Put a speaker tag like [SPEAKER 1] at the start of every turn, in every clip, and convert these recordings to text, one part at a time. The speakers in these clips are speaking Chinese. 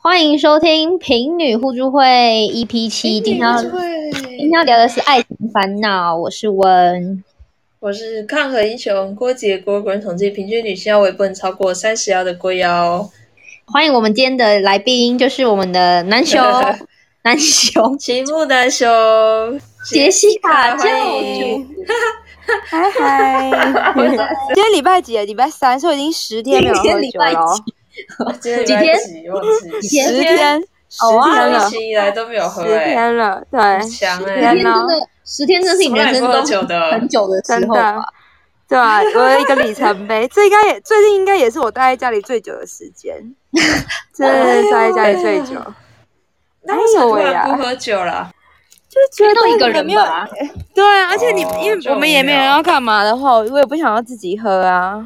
[SPEAKER 1] 欢迎收听《平女互助会》EP 七。今天要今天
[SPEAKER 2] 对，
[SPEAKER 1] 要聊的是爱情烦恼，我是温。
[SPEAKER 2] 我是抗核英雄郭杰郭。国人统计平均女性腰围不能超过三十腰的郭腰。
[SPEAKER 1] 欢迎我们今天的来宾，就是我们的男雄男雄
[SPEAKER 2] 齐木难修，
[SPEAKER 1] 杰西卡教
[SPEAKER 2] 欢迎
[SPEAKER 1] 主。
[SPEAKER 3] 嗨嗨，今天礼拜几啊？礼拜三，所以已经十天没有喝
[SPEAKER 1] 今天礼
[SPEAKER 3] 酒
[SPEAKER 1] 拜
[SPEAKER 3] 了哦，
[SPEAKER 2] 几
[SPEAKER 1] 几天
[SPEAKER 2] 忘
[SPEAKER 1] 几
[SPEAKER 2] 记
[SPEAKER 1] 天
[SPEAKER 3] 十天，十
[SPEAKER 1] 哦
[SPEAKER 3] 天
[SPEAKER 2] 一
[SPEAKER 3] 了，
[SPEAKER 2] 期以来都没有喝
[SPEAKER 3] 十
[SPEAKER 2] 哎，
[SPEAKER 3] 天了，对，
[SPEAKER 2] 很强
[SPEAKER 3] 十
[SPEAKER 1] 十天
[SPEAKER 2] 哎
[SPEAKER 3] 天
[SPEAKER 1] 真
[SPEAKER 3] 了，
[SPEAKER 1] 的，十天真的是你人生
[SPEAKER 2] 从来不喝
[SPEAKER 1] 中
[SPEAKER 2] 酒的
[SPEAKER 1] 很久的时
[SPEAKER 3] 真
[SPEAKER 1] 候吧
[SPEAKER 3] 的。，对啊，我有一个里程碑，这应该也最近应该也是我待在家里最久的时 间，真的是待在家里最久，
[SPEAKER 1] 哎
[SPEAKER 2] 那为什么突
[SPEAKER 3] 哎呦喂
[SPEAKER 2] 然
[SPEAKER 3] 啊
[SPEAKER 2] 不喝酒了？
[SPEAKER 3] 就觉
[SPEAKER 1] 都
[SPEAKER 3] 得
[SPEAKER 1] 一个人
[SPEAKER 3] 没有，
[SPEAKER 1] 吧，
[SPEAKER 3] 对啊，而且你
[SPEAKER 2] 哦
[SPEAKER 3] 因为
[SPEAKER 2] 就
[SPEAKER 3] 我们也没有
[SPEAKER 2] 无聊
[SPEAKER 3] 要干嘛的话，我也不想要自己喝啊。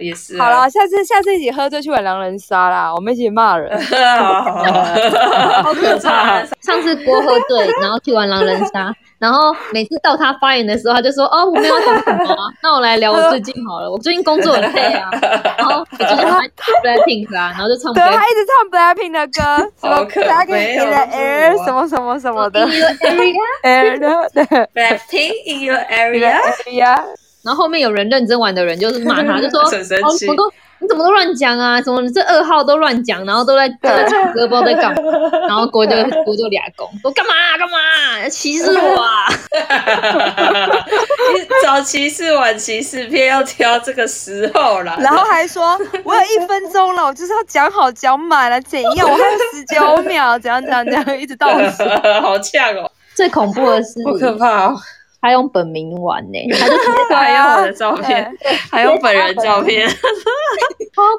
[SPEAKER 2] 也是啊
[SPEAKER 3] 好 啦，，下次下次一起喝就去玩狼人杀啦，我们一起 骂人。
[SPEAKER 2] 好好好，
[SPEAKER 1] 好可怕啊
[SPEAKER 2] 怕！
[SPEAKER 1] 上次郭喝醉，然后去玩狼人杀，然后每次到他发言的时候，他就说：“哦，我没有懂什么啊，那我来聊我最近好了，我最近工作很累啊，然后我哎最近玩 Blackpink 啊，然后就唱
[SPEAKER 3] 对，他
[SPEAKER 1] Black。”
[SPEAKER 3] 一直唱 Blackpink 的歌，什
[SPEAKER 2] 好
[SPEAKER 3] 么
[SPEAKER 2] 可
[SPEAKER 3] Blackpink
[SPEAKER 2] 悲
[SPEAKER 3] in
[SPEAKER 2] 哦这
[SPEAKER 3] the
[SPEAKER 2] 是
[SPEAKER 3] air，
[SPEAKER 2] 我
[SPEAKER 3] 什么什么什么的
[SPEAKER 1] 然
[SPEAKER 3] ，air 的对
[SPEAKER 2] Blackpink in your
[SPEAKER 3] ，in
[SPEAKER 2] area，
[SPEAKER 3] the air，
[SPEAKER 1] 后后面有人认真玩的人就是骂他，就说：“
[SPEAKER 2] 很生
[SPEAKER 1] 哦，
[SPEAKER 2] 气
[SPEAKER 1] 我都你怎么都乱讲啊？怎么你这二号都乱讲，然后都在都在唱歌，不知道在干嘛。”然后郭就郭就俩拱说：“干嘛啊干嘛啊，歧视我啊！”
[SPEAKER 2] 早歧视晚歧视，偏要挑这个时候啦。
[SPEAKER 3] 然后还说我有一分钟了，我就是要讲好讲满了，怎样？我还有十九秒，怎样怎样怎样，一直 倒数。
[SPEAKER 2] 好呛哦，
[SPEAKER 1] 最恐怖的是，
[SPEAKER 2] 好可怕哦！
[SPEAKER 1] 他用本名玩呢、他就
[SPEAKER 2] 嗯还
[SPEAKER 3] 啊
[SPEAKER 2] 有我的照片，还有本人照片，
[SPEAKER 1] 超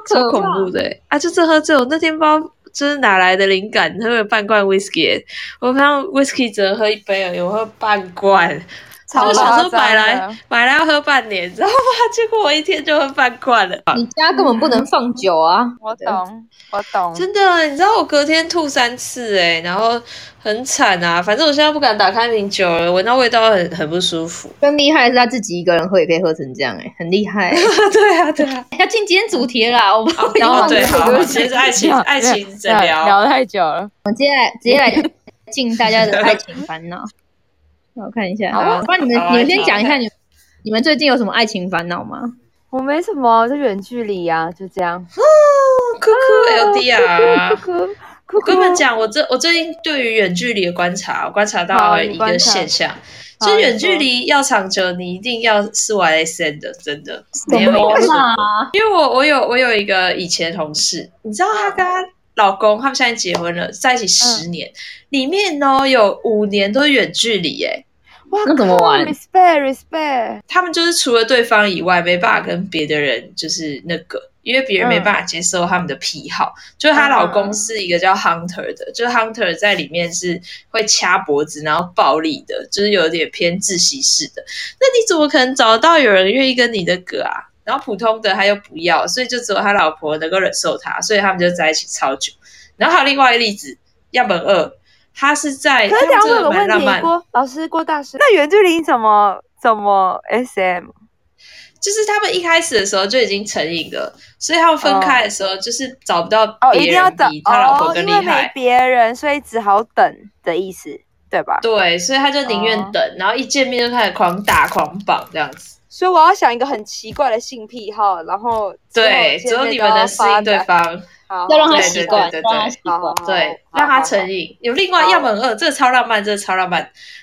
[SPEAKER 2] 超
[SPEAKER 1] 可
[SPEAKER 2] 恐
[SPEAKER 1] 怕。
[SPEAKER 2] 怖的欸啊！就是喝醉，我那天不知道就是哪来的灵感，喝了半罐 whisky，欸我平常 whisky 只能喝一杯而已，我喝半罐。
[SPEAKER 3] 超
[SPEAKER 2] 我想
[SPEAKER 3] 夸
[SPEAKER 2] 说
[SPEAKER 3] 张的
[SPEAKER 2] 买来买来要喝半年，你知道吗？ 结果我一天就喝半罐了。
[SPEAKER 1] 你家根本不能放酒啊！
[SPEAKER 3] 我懂，我懂，
[SPEAKER 2] 真的，你知道我隔天吐三次哎、然后很惨啊。反正我现在不敢打开瓶酒了，闻到味道很很不舒服。
[SPEAKER 1] 更厉害的是他自己一个人喝也可以喝成这样、欸，哎，很厉害、
[SPEAKER 2] 对啊， 对啊。
[SPEAKER 1] 要进今天主题了 啦，我们
[SPEAKER 2] 然后
[SPEAKER 3] 后
[SPEAKER 2] 哦对，好，
[SPEAKER 3] 对不起
[SPEAKER 2] 其实爱情爱情诊疗，
[SPEAKER 3] 聊太久了。
[SPEAKER 1] 直接来进大家的爱情烦恼。让我看一下，
[SPEAKER 3] 好啊
[SPEAKER 1] 不然你们
[SPEAKER 2] 好啊
[SPEAKER 1] 你们先
[SPEAKER 2] 好啊
[SPEAKER 1] 讲一下你们你们最近有什么爱情烦恼吗？
[SPEAKER 3] 我没什么，就远距离啊，就这样。
[SPEAKER 2] 酷酷 L D 啊。
[SPEAKER 3] 哭哭
[SPEAKER 2] 我
[SPEAKER 3] 哭
[SPEAKER 2] 跟你们讲，我这我最近对于远距离的观察，我观察到
[SPEAKER 3] 好
[SPEAKER 2] 了
[SPEAKER 3] 你
[SPEAKER 2] 一个
[SPEAKER 3] 观察
[SPEAKER 2] 现象，
[SPEAKER 3] 好
[SPEAKER 2] 就
[SPEAKER 3] 你
[SPEAKER 2] 远距
[SPEAKER 3] 说
[SPEAKER 2] 离要长久，你一定要是 YSN 的，真的没
[SPEAKER 1] 什
[SPEAKER 2] 有
[SPEAKER 1] 么
[SPEAKER 2] 一个是
[SPEAKER 1] 啦？
[SPEAKER 2] 因为我我有我有一个以前同事，你知道
[SPEAKER 3] 嗯
[SPEAKER 2] 她跟她老公他们现在结婚了，在一起十年，里面呢有五年都是远距离，哎，
[SPEAKER 3] 哇
[SPEAKER 1] 那怎么
[SPEAKER 3] 靠
[SPEAKER 1] 玩
[SPEAKER 3] ？Respect respect，
[SPEAKER 2] 他们就是除了对方以外，没办法跟别的人就是那个，因为别人没办法接受他们的癖好。就是她老公是一个叫 Hunter 的，就是 Hunter 在里面是会掐脖子，然后暴力的，就是有点偏窒息式的。那你怎么可能找到有人愿意跟你的歌啊？然后普通的他又不要，所以就只有他老婆能够忍受他，所以他们就在一起超久。然后还有另外一个例子，样本二，他是在
[SPEAKER 3] 可是等一
[SPEAKER 2] 他
[SPEAKER 3] 下
[SPEAKER 2] 们这
[SPEAKER 3] 问
[SPEAKER 2] 个
[SPEAKER 3] 个
[SPEAKER 2] 蛮
[SPEAKER 3] 问
[SPEAKER 2] 浪
[SPEAKER 3] 题，
[SPEAKER 2] 漫的。
[SPEAKER 3] 郭老师郭大师，那远距离怎么怎么 SM？
[SPEAKER 2] 就是他们一开始的时候就已经成瘾了，所以他们分开的时候就是找不到
[SPEAKER 3] 哦，一
[SPEAKER 2] 别
[SPEAKER 3] 定要
[SPEAKER 2] 人
[SPEAKER 3] 等
[SPEAKER 2] 比他老婆
[SPEAKER 3] 哦，
[SPEAKER 2] 更
[SPEAKER 3] 因
[SPEAKER 2] 厉
[SPEAKER 3] 为
[SPEAKER 2] 害。
[SPEAKER 3] 没别人，所以只好等的意思，对吧？
[SPEAKER 2] 对，所以他就宁愿
[SPEAKER 3] 哦
[SPEAKER 2] 等，然后一见面就开始狂打狂绑这样子。
[SPEAKER 3] 所以我要想一个很奇怪的性癖好，然后之后
[SPEAKER 2] 对，
[SPEAKER 3] 见
[SPEAKER 2] 只有
[SPEAKER 3] 面
[SPEAKER 2] 你
[SPEAKER 3] 都
[SPEAKER 2] 们能
[SPEAKER 3] 要
[SPEAKER 2] 适
[SPEAKER 3] 发
[SPEAKER 2] 应对
[SPEAKER 3] 展，
[SPEAKER 2] 方，
[SPEAKER 3] 好
[SPEAKER 1] 要让他哦
[SPEAKER 2] 对
[SPEAKER 1] 习惯，
[SPEAKER 2] 对对
[SPEAKER 1] 让他习
[SPEAKER 3] 好好
[SPEAKER 1] 惯
[SPEAKER 3] 好。
[SPEAKER 2] 对，
[SPEAKER 3] 哦好
[SPEAKER 2] 让他
[SPEAKER 3] 好
[SPEAKER 2] 成瘾。有另外
[SPEAKER 3] 好
[SPEAKER 2] 样本二，这个超浪漫，这个超浪漫。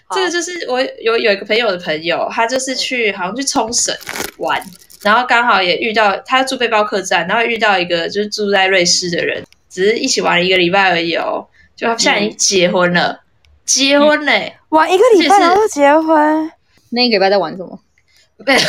[SPEAKER 3] 好嗯
[SPEAKER 2] 这个就是我有有一个朋友的朋友，他就是去好像去冲绳玩，然后刚好也遇到他住背包客栈，然后遇到一个就是住在瑞士的人，只是一起玩了一个礼拜而已哦，就他们现在
[SPEAKER 3] 嗯
[SPEAKER 2] 已经结婚了，结婚嘞、
[SPEAKER 3] 玩一个礼
[SPEAKER 2] 而且
[SPEAKER 3] 拜
[SPEAKER 2] 是
[SPEAKER 3] 然后就结婚，
[SPEAKER 1] 那一个礼拜在玩什么？
[SPEAKER 2] 没有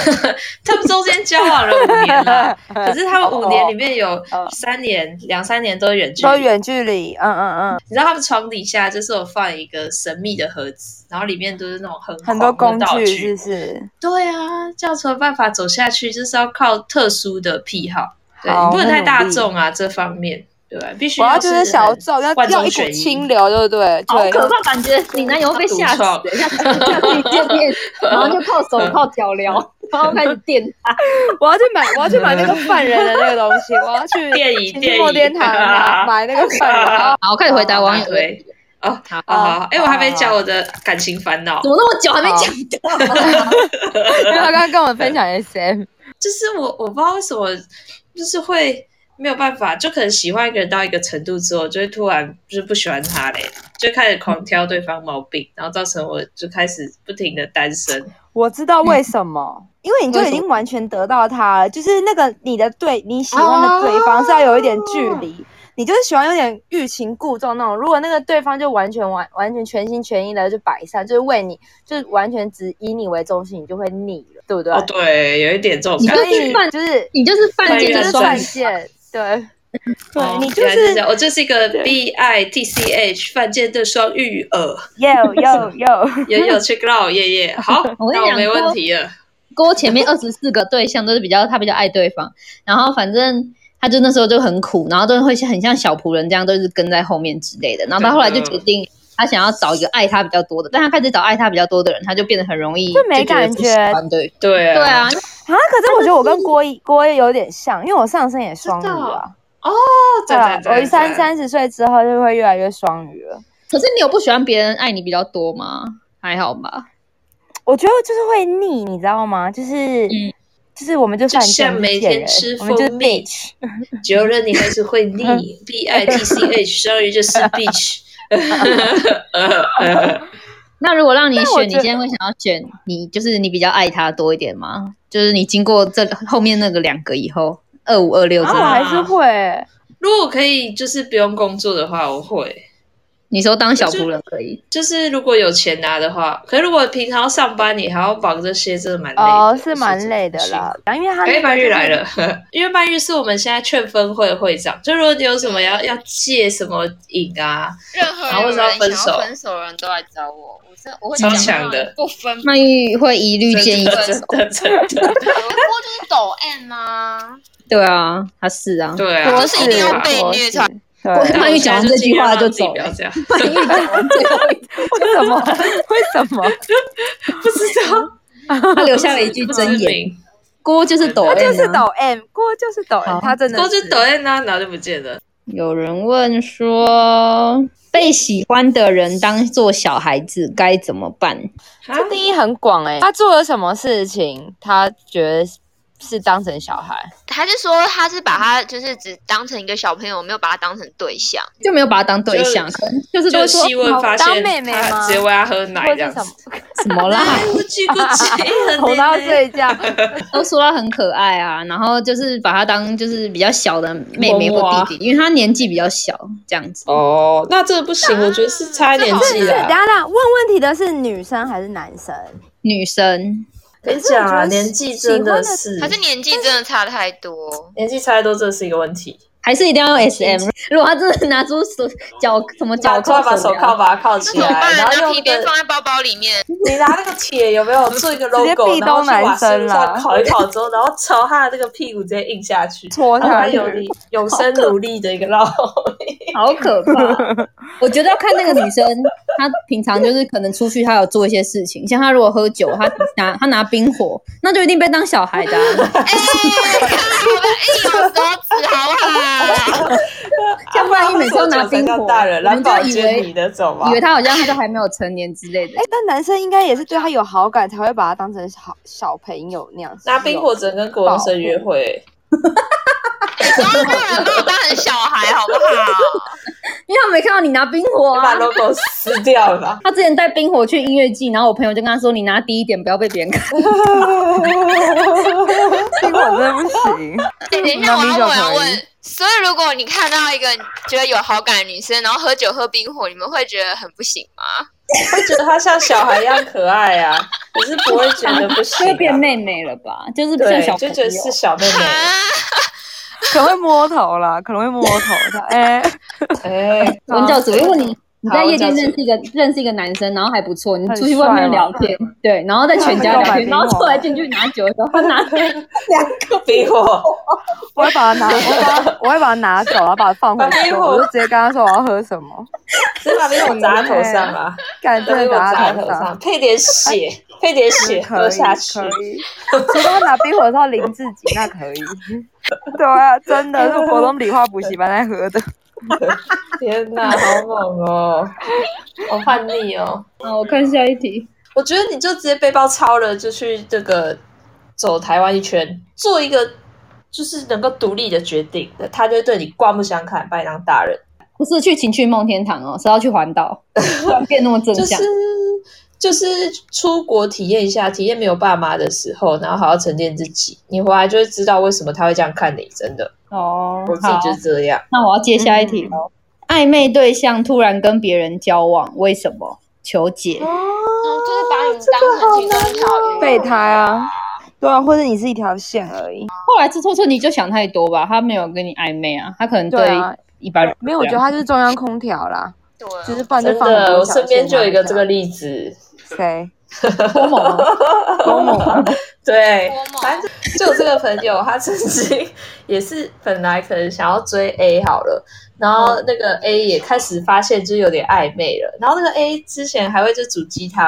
[SPEAKER 2] 他们中间交往了五年了， 可是他们五年里面有
[SPEAKER 3] 哦
[SPEAKER 2] 三年、两三年都远距
[SPEAKER 3] 都
[SPEAKER 2] 离，
[SPEAKER 3] 远距离，嗯嗯嗯，
[SPEAKER 2] 你知道他们床底下就是有放一个神秘的盒子，然后里面都是那种很
[SPEAKER 3] 很多
[SPEAKER 2] 狂
[SPEAKER 3] 工
[SPEAKER 2] 的道
[SPEAKER 3] 具
[SPEAKER 2] 具
[SPEAKER 3] 是。不是？
[SPEAKER 2] 对啊，这样才有办法走下去，就是要靠特殊的癖好，对，
[SPEAKER 3] 好
[SPEAKER 2] 你不能
[SPEAKER 3] 那
[SPEAKER 2] 太大
[SPEAKER 3] 努力
[SPEAKER 2] 众啊，这方面对吧？必须
[SPEAKER 3] 我要就
[SPEAKER 2] 就是
[SPEAKER 3] 小众，要
[SPEAKER 2] 万
[SPEAKER 3] 要
[SPEAKER 2] 中
[SPEAKER 3] 一股
[SPEAKER 2] 选
[SPEAKER 3] 清
[SPEAKER 2] 一。
[SPEAKER 3] 流，对不对？
[SPEAKER 1] 好
[SPEAKER 3] 对，
[SPEAKER 1] 可怕，感觉你男友被吓死
[SPEAKER 2] 他独创，
[SPEAKER 1] 下次下次一见面，然后就靠手靠脚聊。然后开始电他，
[SPEAKER 3] 我要去买，我要去买那个犯人的那个东西，我要去
[SPEAKER 2] 电椅
[SPEAKER 3] 去
[SPEAKER 2] 电椅
[SPEAKER 3] 梦天堂 拿啊买那个犯人。然 后
[SPEAKER 1] 好，我开始回答网友的问
[SPEAKER 2] 对
[SPEAKER 1] 题。
[SPEAKER 2] 哦，
[SPEAKER 1] 好，
[SPEAKER 2] 好好，哎，我还没讲我的感情烦恼
[SPEAKER 1] 怎，么那么久还没讲到？
[SPEAKER 3] 因为他刚刚跟我们分享 SM，
[SPEAKER 2] 就是我我不知道为什么，就是会没有办法，就可能喜欢一个人到一个程度之后，就会突然就是不喜欢他嘞，就开始狂挑对方毛病，然后造成我就开始不停的单身。
[SPEAKER 3] 我知道为什么， 因为你就已经完全得到他了，就是那个你的对你喜欢的对方是要有一点距离。你就是喜欢有点欲擒故纵那种，如果那个对方就完全完完全全心全意的就摆上，就是为你，就是完全只以你为中心，你就会腻了，对不对？
[SPEAKER 2] 哦，对，有一点这种
[SPEAKER 1] 你
[SPEAKER 2] 感
[SPEAKER 3] 所
[SPEAKER 1] 就是
[SPEAKER 3] 以
[SPEAKER 2] 觉。
[SPEAKER 1] 犯
[SPEAKER 3] 就是
[SPEAKER 1] 你就是犯
[SPEAKER 3] 对
[SPEAKER 1] 贱
[SPEAKER 3] 就
[SPEAKER 1] 的
[SPEAKER 3] 是
[SPEAKER 2] 双
[SPEAKER 1] 双
[SPEAKER 3] 犯
[SPEAKER 2] 子
[SPEAKER 3] 贱，对，
[SPEAKER 2] 哦
[SPEAKER 3] 对你就
[SPEAKER 2] 原来
[SPEAKER 3] 是
[SPEAKER 2] 这样我就是一个 B I T C H 犯贱的双玉耳，
[SPEAKER 3] 又又又，
[SPEAKER 2] 有有 check out，耶耶，好，
[SPEAKER 1] 我跟你
[SPEAKER 2] 那我
[SPEAKER 1] 讲
[SPEAKER 2] 没
[SPEAKER 1] 说
[SPEAKER 2] 问题了。
[SPEAKER 1] 勾前面二十四个对象都是比较他比较爱对方，然后反正他就那时候就很苦，然后都会像很像小仆人这样，都是跟在后面之类的。然后他后来
[SPEAKER 2] 嗯
[SPEAKER 1] 就决定他想要找一个爱他比较多的，但他开始找爱他比较多的人，他就变得很容易
[SPEAKER 3] 就没
[SPEAKER 1] 觉得不喜欢对
[SPEAKER 2] 对啊，
[SPEAKER 1] 对啊，
[SPEAKER 3] 啊，可是我觉得我跟郭一郭一有点像，因为我上身也双鱼啊。
[SPEAKER 2] 哦
[SPEAKER 3] 对啊，我一
[SPEAKER 2] 赞
[SPEAKER 3] 三，
[SPEAKER 2] 赞赞
[SPEAKER 3] 三十岁之后就会越来越双鱼了。
[SPEAKER 1] 可是你有不喜欢别人爱你比较多吗？还好吧，
[SPEAKER 3] 我觉得就是会腻，你知道吗？就是、
[SPEAKER 1] 嗯
[SPEAKER 3] 就是我们就犯
[SPEAKER 2] 就
[SPEAKER 3] 贱，
[SPEAKER 2] 像
[SPEAKER 3] 我们
[SPEAKER 2] 每
[SPEAKER 3] 贱
[SPEAKER 2] 天
[SPEAKER 3] 人
[SPEAKER 2] 吃
[SPEAKER 3] 我们就是
[SPEAKER 2] 蜂蜜
[SPEAKER 3] bitch
[SPEAKER 2] 久了你还是会腻。B I T C H 双鱼就是 bitch。
[SPEAKER 1] 那如果让你
[SPEAKER 3] 但我
[SPEAKER 1] 选，你
[SPEAKER 3] 觉
[SPEAKER 1] 现在会想要选你，就是你比较爱他多一点吗？就是你经过这后面那个两个以后，二五二六
[SPEAKER 3] 然
[SPEAKER 1] 之
[SPEAKER 3] 后
[SPEAKER 1] 后，
[SPEAKER 3] 啊我还是会、
[SPEAKER 2] 如果可以，就是不用工作的话，我会。
[SPEAKER 1] 你说当小仆人可以？
[SPEAKER 2] 就是如果有钱拿的话，可是如果平常上班，你还要绑这些，真的蛮累的
[SPEAKER 3] 哦，是蛮累的。
[SPEAKER 2] 说
[SPEAKER 3] 啦。然后因为他
[SPEAKER 2] 真哎，
[SPEAKER 3] 那个
[SPEAKER 2] 曼
[SPEAKER 3] 就
[SPEAKER 2] 玉
[SPEAKER 3] 是
[SPEAKER 2] 来了， 因为曼玉是我们现在劝分会的会长。就如果你有什么要要借什么瘾啊，
[SPEAKER 4] 任何
[SPEAKER 2] 然后
[SPEAKER 4] 有
[SPEAKER 2] 为
[SPEAKER 4] 人
[SPEAKER 2] 什么要
[SPEAKER 4] 想
[SPEAKER 2] 分手
[SPEAKER 4] 要分手的人都来找我，我是我会
[SPEAKER 2] 超
[SPEAKER 4] 讲
[SPEAKER 2] 强的
[SPEAKER 4] 话不分，
[SPEAKER 1] 曼玉会一律建议
[SPEAKER 2] 真
[SPEAKER 1] 分
[SPEAKER 2] 的 真
[SPEAKER 1] 手。
[SPEAKER 2] 的真的，
[SPEAKER 4] 我我就是抖 M 啊，
[SPEAKER 1] 对啊，他是啊，
[SPEAKER 2] 对啊，
[SPEAKER 3] 多
[SPEAKER 4] 就是一定要被
[SPEAKER 3] 多
[SPEAKER 4] 虐
[SPEAKER 3] 是
[SPEAKER 4] 才
[SPEAKER 3] 对，
[SPEAKER 1] 曼玉讲完这句话就走
[SPEAKER 2] 不要这样，
[SPEAKER 1] 曼玉讲完最后一句，
[SPEAKER 3] 为什么？ 为什么？
[SPEAKER 2] 不知道。
[SPEAKER 1] 他留下了一句真言：锅就是抖 M 啊、
[SPEAKER 3] 他就是抖 M，郭就是抖 M，
[SPEAKER 1] 好
[SPEAKER 3] 他真的
[SPEAKER 2] 都是
[SPEAKER 3] 是
[SPEAKER 2] 抖音啊，然后就不见了。
[SPEAKER 1] 有人问说，被喜欢的人当做小孩子该怎么办？
[SPEAKER 2] 啊
[SPEAKER 3] 这定义很广哎、他做了什么事情，他觉得是当成小孩？
[SPEAKER 4] 还是说他是把他就是只当成一个小朋友，没有把他当成对象？
[SPEAKER 1] 就没有把他当对象，可能就是都
[SPEAKER 2] 就
[SPEAKER 1] 会说
[SPEAKER 2] 希望发
[SPEAKER 3] 当
[SPEAKER 2] 现
[SPEAKER 3] 妹妹
[SPEAKER 2] 他
[SPEAKER 3] 吗
[SPEAKER 2] 直接喂他喝奶
[SPEAKER 3] 或
[SPEAKER 2] 这
[SPEAKER 3] 是
[SPEAKER 2] 样
[SPEAKER 3] 什么
[SPEAKER 2] 子。
[SPEAKER 1] 什么啦，
[SPEAKER 2] 哎，我去过去，
[SPEAKER 3] 头到睡 觉？
[SPEAKER 1] 都说他很可爱啊，然后就是把他当就是比较小的妹妹
[SPEAKER 2] 萌娃
[SPEAKER 1] 或弟弟，因为他年纪比较小，这样子。
[SPEAKER 2] 哦，那这不行，我觉得是差一啊年纪
[SPEAKER 3] 哦
[SPEAKER 2] 啦。
[SPEAKER 3] 是，啊等一下等一下，问问题的是女生还是男生？
[SPEAKER 1] 女生
[SPEAKER 2] 跟你
[SPEAKER 3] 是我觉
[SPEAKER 2] 讲，啊
[SPEAKER 3] 得
[SPEAKER 2] 年纪真的是，
[SPEAKER 4] 还是年纪真的差太多？
[SPEAKER 2] 年纪差太多，这是一个问题。
[SPEAKER 1] 还是一定要用 SM。如果他真的拿出手脚什么脚
[SPEAKER 2] 把
[SPEAKER 1] 铐
[SPEAKER 2] 快把手
[SPEAKER 1] 镣
[SPEAKER 2] 铐把它铐
[SPEAKER 4] 那
[SPEAKER 2] 起
[SPEAKER 4] 怎么
[SPEAKER 2] 来，
[SPEAKER 4] 办？
[SPEAKER 2] 然后
[SPEAKER 4] 拿
[SPEAKER 2] 用
[SPEAKER 4] 皮
[SPEAKER 2] 一
[SPEAKER 4] 鞭
[SPEAKER 2] 个
[SPEAKER 4] 放在包包里面，
[SPEAKER 2] 你拿那个铁有没有做一个
[SPEAKER 3] 接
[SPEAKER 2] logo，
[SPEAKER 3] 壁
[SPEAKER 2] 然后
[SPEAKER 3] 咚
[SPEAKER 2] 去瓦斯
[SPEAKER 3] 男
[SPEAKER 2] 炉上
[SPEAKER 3] 生啦
[SPEAKER 2] 烤一烤之后，然后朝他的那个屁股直接印下去，
[SPEAKER 3] 戳
[SPEAKER 2] 然后
[SPEAKER 3] 下
[SPEAKER 2] 他
[SPEAKER 3] 去
[SPEAKER 2] 有你永生努力的一个烙
[SPEAKER 1] 好可怕！ 我觉得要看那个女生，她平常就是可能出去，她有做一些事情，像她如果喝酒，她拿她拿冰火，那就一定被当小孩的啊、
[SPEAKER 4] 哎，看我的哎有哎手指好不好？
[SPEAKER 1] 像曼玉每次都 拿
[SPEAKER 2] 冰
[SPEAKER 1] 冰
[SPEAKER 2] 火，
[SPEAKER 1] 火
[SPEAKER 2] 大人
[SPEAKER 1] 我
[SPEAKER 2] 蓝
[SPEAKER 1] 们就
[SPEAKER 2] 宝
[SPEAKER 1] 以
[SPEAKER 2] 坚
[SPEAKER 1] 为
[SPEAKER 2] 尼那种嘛
[SPEAKER 1] 以为，她好像她都还没有成年之类的
[SPEAKER 3] 哎、。但男生应该也是对他有好感，才会把他当成小小朋友那样子。
[SPEAKER 2] 拿冰火只能跟国中生约会。
[SPEAKER 4] 不要让人把我当成小孩好不好？
[SPEAKER 1] 因为她没看到你拿冰 火
[SPEAKER 2] 我把
[SPEAKER 1] 啊。
[SPEAKER 2] logo 撕掉了。
[SPEAKER 1] 她之前带冰火去音乐季，然后我朋友就跟她说：“你拿低一点，不要被别人
[SPEAKER 2] 啊
[SPEAKER 1] 看。
[SPEAKER 3] 冰火真的不行。
[SPEAKER 4] 哎等一下，我要问，我要问。所以，如果你看到一个你觉得有好感的女生，然后喝酒喝冰火，你们会觉得很不行吗？
[SPEAKER 2] 会觉得他像小孩一样可爱啊，可是不会觉得不”
[SPEAKER 1] 就
[SPEAKER 2] 行、
[SPEAKER 1] 会
[SPEAKER 2] 啊。
[SPEAKER 1] 变妹妹了吧？就是不像
[SPEAKER 2] 对
[SPEAKER 1] 小，朋
[SPEAKER 2] 就
[SPEAKER 1] 友
[SPEAKER 2] 觉。得是小妹妹。
[SPEAKER 3] 可能会摸头啦，可能会摸头的。哎、
[SPEAKER 2] 哎、
[SPEAKER 1] 文教主会问你：“你在夜店认识一个认识一个男生，然后还不错，你出去外面聊天，对，然后在全家聊天，然后出来进去拿酒的时候，他拿
[SPEAKER 2] 两个冰火，
[SPEAKER 3] 我会把它拿，我会把它，我会把它拿走，然后把它放回去，我就直接跟他说我要喝什么，
[SPEAKER 2] 直接把冰火砸头上啊，
[SPEAKER 3] 感觉
[SPEAKER 2] 砸
[SPEAKER 3] 他嗯
[SPEAKER 2] 头上，配点血，
[SPEAKER 1] 哎
[SPEAKER 2] 配点血喝下去，
[SPEAKER 3] 可以，除非拿冰火到淋自己，那可 以，对啊，真的是国中理化补习班在喝的。
[SPEAKER 2] 天哪，好 猛哦！好叛逆哦！
[SPEAKER 1] 啊，我看下一题。
[SPEAKER 2] 我觉得你就直接背包超了，就去这个走台湾一圈，做一个就是能够独立的决定，他就对你刮目相看，把你当大人。
[SPEAKER 1] 不是去情趣梦天堂哦，是要去环岛，变那么正
[SPEAKER 2] 向。就是就是出国体验一下，体验没有爸妈的时候，然后好好沉淀自己，你回来就会知道为什么他会这样看你，真的。
[SPEAKER 1] 哦，嗯
[SPEAKER 2] 我自己就是这样。
[SPEAKER 1] 那我要接下一题喽。暧昧对象突然跟别人交往，为什么？求解。
[SPEAKER 4] 哦，就是把你当成其中一条鱼，
[SPEAKER 3] 备胎啊，对啊，或者你是一条线而已。
[SPEAKER 1] 后来知错错，你就想太多吧，他没有跟你暧昧啊，他可能对一般人
[SPEAKER 3] 没有。我觉得他就是中央空调啦，
[SPEAKER 4] 对，
[SPEAKER 3] 就是不然就
[SPEAKER 2] 啊真
[SPEAKER 3] 放
[SPEAKER 2] 的，我身边就有一个这个例子。
[SPEAKER 3] 啊谁？
[SPEAKER 1] 多猛啊！
[SPEAKER 3] 多猛啊！
[SPEAKER 2] 对
[SPEAKER 4] 多猛，
[SPEAKER 2] 反正 就有这个朋友，他曾经也是本来可能想要追 A 好了，然后那个 A 也开始发现就是有点暧昧了，然后那个 A 之前还会就煮鸡汤，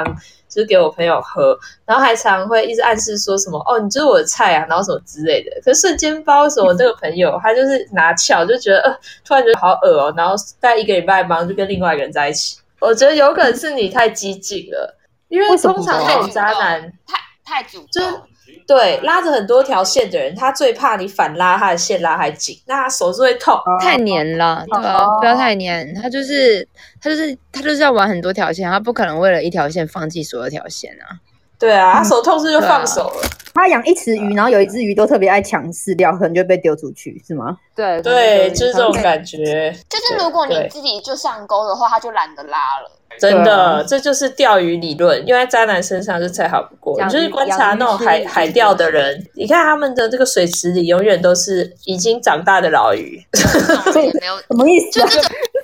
[SPEAKER 2] 就是给我朋友喝，然后还常会一直暗示说什么哦，你就是我的菜啊，然后什么之类的。可是瞬间不知道为什么这个朋友他就是拿翘，就觉得呃，突然觉得好恶哦，然后大概一个礼拜忙就跟另外一个人在一起。我觉得有可能是你太激进了，因
[SPEAKER 1] 为
[SPEAKER 2] 为
[SPEAKER 1] 什么
[SPEAKER 2] 通常这种渣男。
[SPEAKER 4] 太太主
[SPEAKER 2] 就
[SPEAKER 4] 动，
[SPEAKER 2] 对，拉着很多条线的人，他最怕你反拉他的线拉还紧，那他手是会痛。
[SPEAKER 3] 哦
[SPEAKER 5] 太黏了，对啊，不要太黏。他就是他就是他就是要玩很多条线，他不可能为了一条线放弃所有条线啊。
[SPEAKER 2] 对啊，他手痛是就放手了。
[SPEAKER 1] 他养一池
[SPEAKER 3] 嗯
[SPEAKER 1] 鱼，然后有一只鱼都特别爱抢饲料，可能就被丢出去，是吗？
[SPEAKER 3] 对啊
[SPEAKER 2] 对，就是这种感觉，
[SPEAKER 4] 就是如果你
[SPEAKER 2] 对
[SPEAKER 4] 自己就上钩的话，他就懒得拉了。
[SPEAKER 2] 真
[SPEAKER 3] 对
[SPEAKER 2] 的，这就是钓鱼理论，用在渣男身上就再好不过。
[SPEAKER 3] 养
[SPEAKER 2] 你
[SPEAKER 3] 鱼
[SPEAKER 2] 就是观察那种
[SPEAKER 3] 养鱼
[SPEAKER 2] 海
[SPEAKER 3] 是
[SPEAKER 2] 海钓的人，你看他们的这个水池里永远都是已经长大的老鱼，
[SPEAKER 4] 这种也没有，
[SPEAKER 1] 什么意思、啊？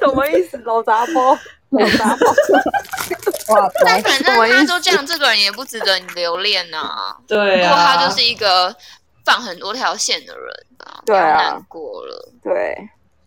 [SPEAKER 3] 什么意思？老杂包，老杂 包，
[SPEAKER 1] 哇，
[SPEAKER 4] 但反正
[SPEAKER 3] 什么意
[SPEAKER 4] 他
[SPEAKER 3] 思
[SPEAKER 4] 都这样，这个人也不值得你留恋呐、
[SPEAKER 2] 对
[SPEAKER 4] 不过
[SPEAKER 2] 啊，
[SPEAKER 4] 他就是一个放很多条线的人啊，
[SPEAKER 3] 对啊
[SPEAKER 4] 不要难过了。
[SPEAKER 3] 对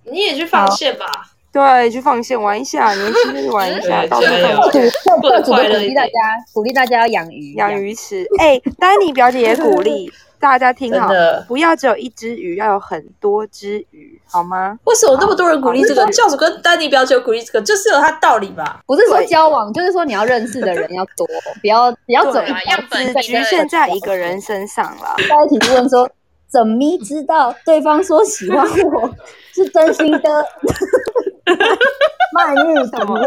[SPEAKER 2] 你也去放线吧，
[SPEAKER 3] 对，去放线玩一下，年轻就是玩一下，
[SPEAKER 2] 对
[SPEAKER 3] 到处
[SPEAKER 2] 对
[SPEAKER 3] 放线。
[SPEAKER 2] 过得
[SPEAKER 1] 主
[SPEAKER 2] 快
[SPEAKER 1] 鼓
[SPEAKER 2] 乐
[SPEAKER 1] 励
[SPEAKER 2] 一
[SPEAKER 1] 大
[SPEAKER 2] 点
[SPEAKER 1] 家。，鼓励大家要养鱼，
[SPEAKER 3] 养鱼池。哎、丹尼表姐也鼓励大家听好
[SPEAKER 2] 真的，
[SPEAKER 3] 不要只有一只鱼，要有很多只鱼，好吗？
[SPEAKER 2] 为什么那么多人鼓励这个？教主跟丹尼表姐有鼓励这个，就是有他道理吧？
[SPEAKER 1] 不是说
[SPEAKER 3] 对
[SPEAKER 1] 交往，就是说你要认识的人要 多，不要不要走
[SPEAKER 3] 对
[SPEAKER 1] 一
[SPEAKER 3] 啊
[SPEAKER 1] 条
[SPEAKER 4] 样本
[SPEAKER 1] 自
[SPEAKER 3] 只
[SPEAKER 1] 备
[SPEAKER 3] 局限在一个人身上啦。
[SPEAKER 1] 下一题就问说，怎么知道对方说喜欢我是真心的？ 卖命什么？
[SPEAKER 3] 哦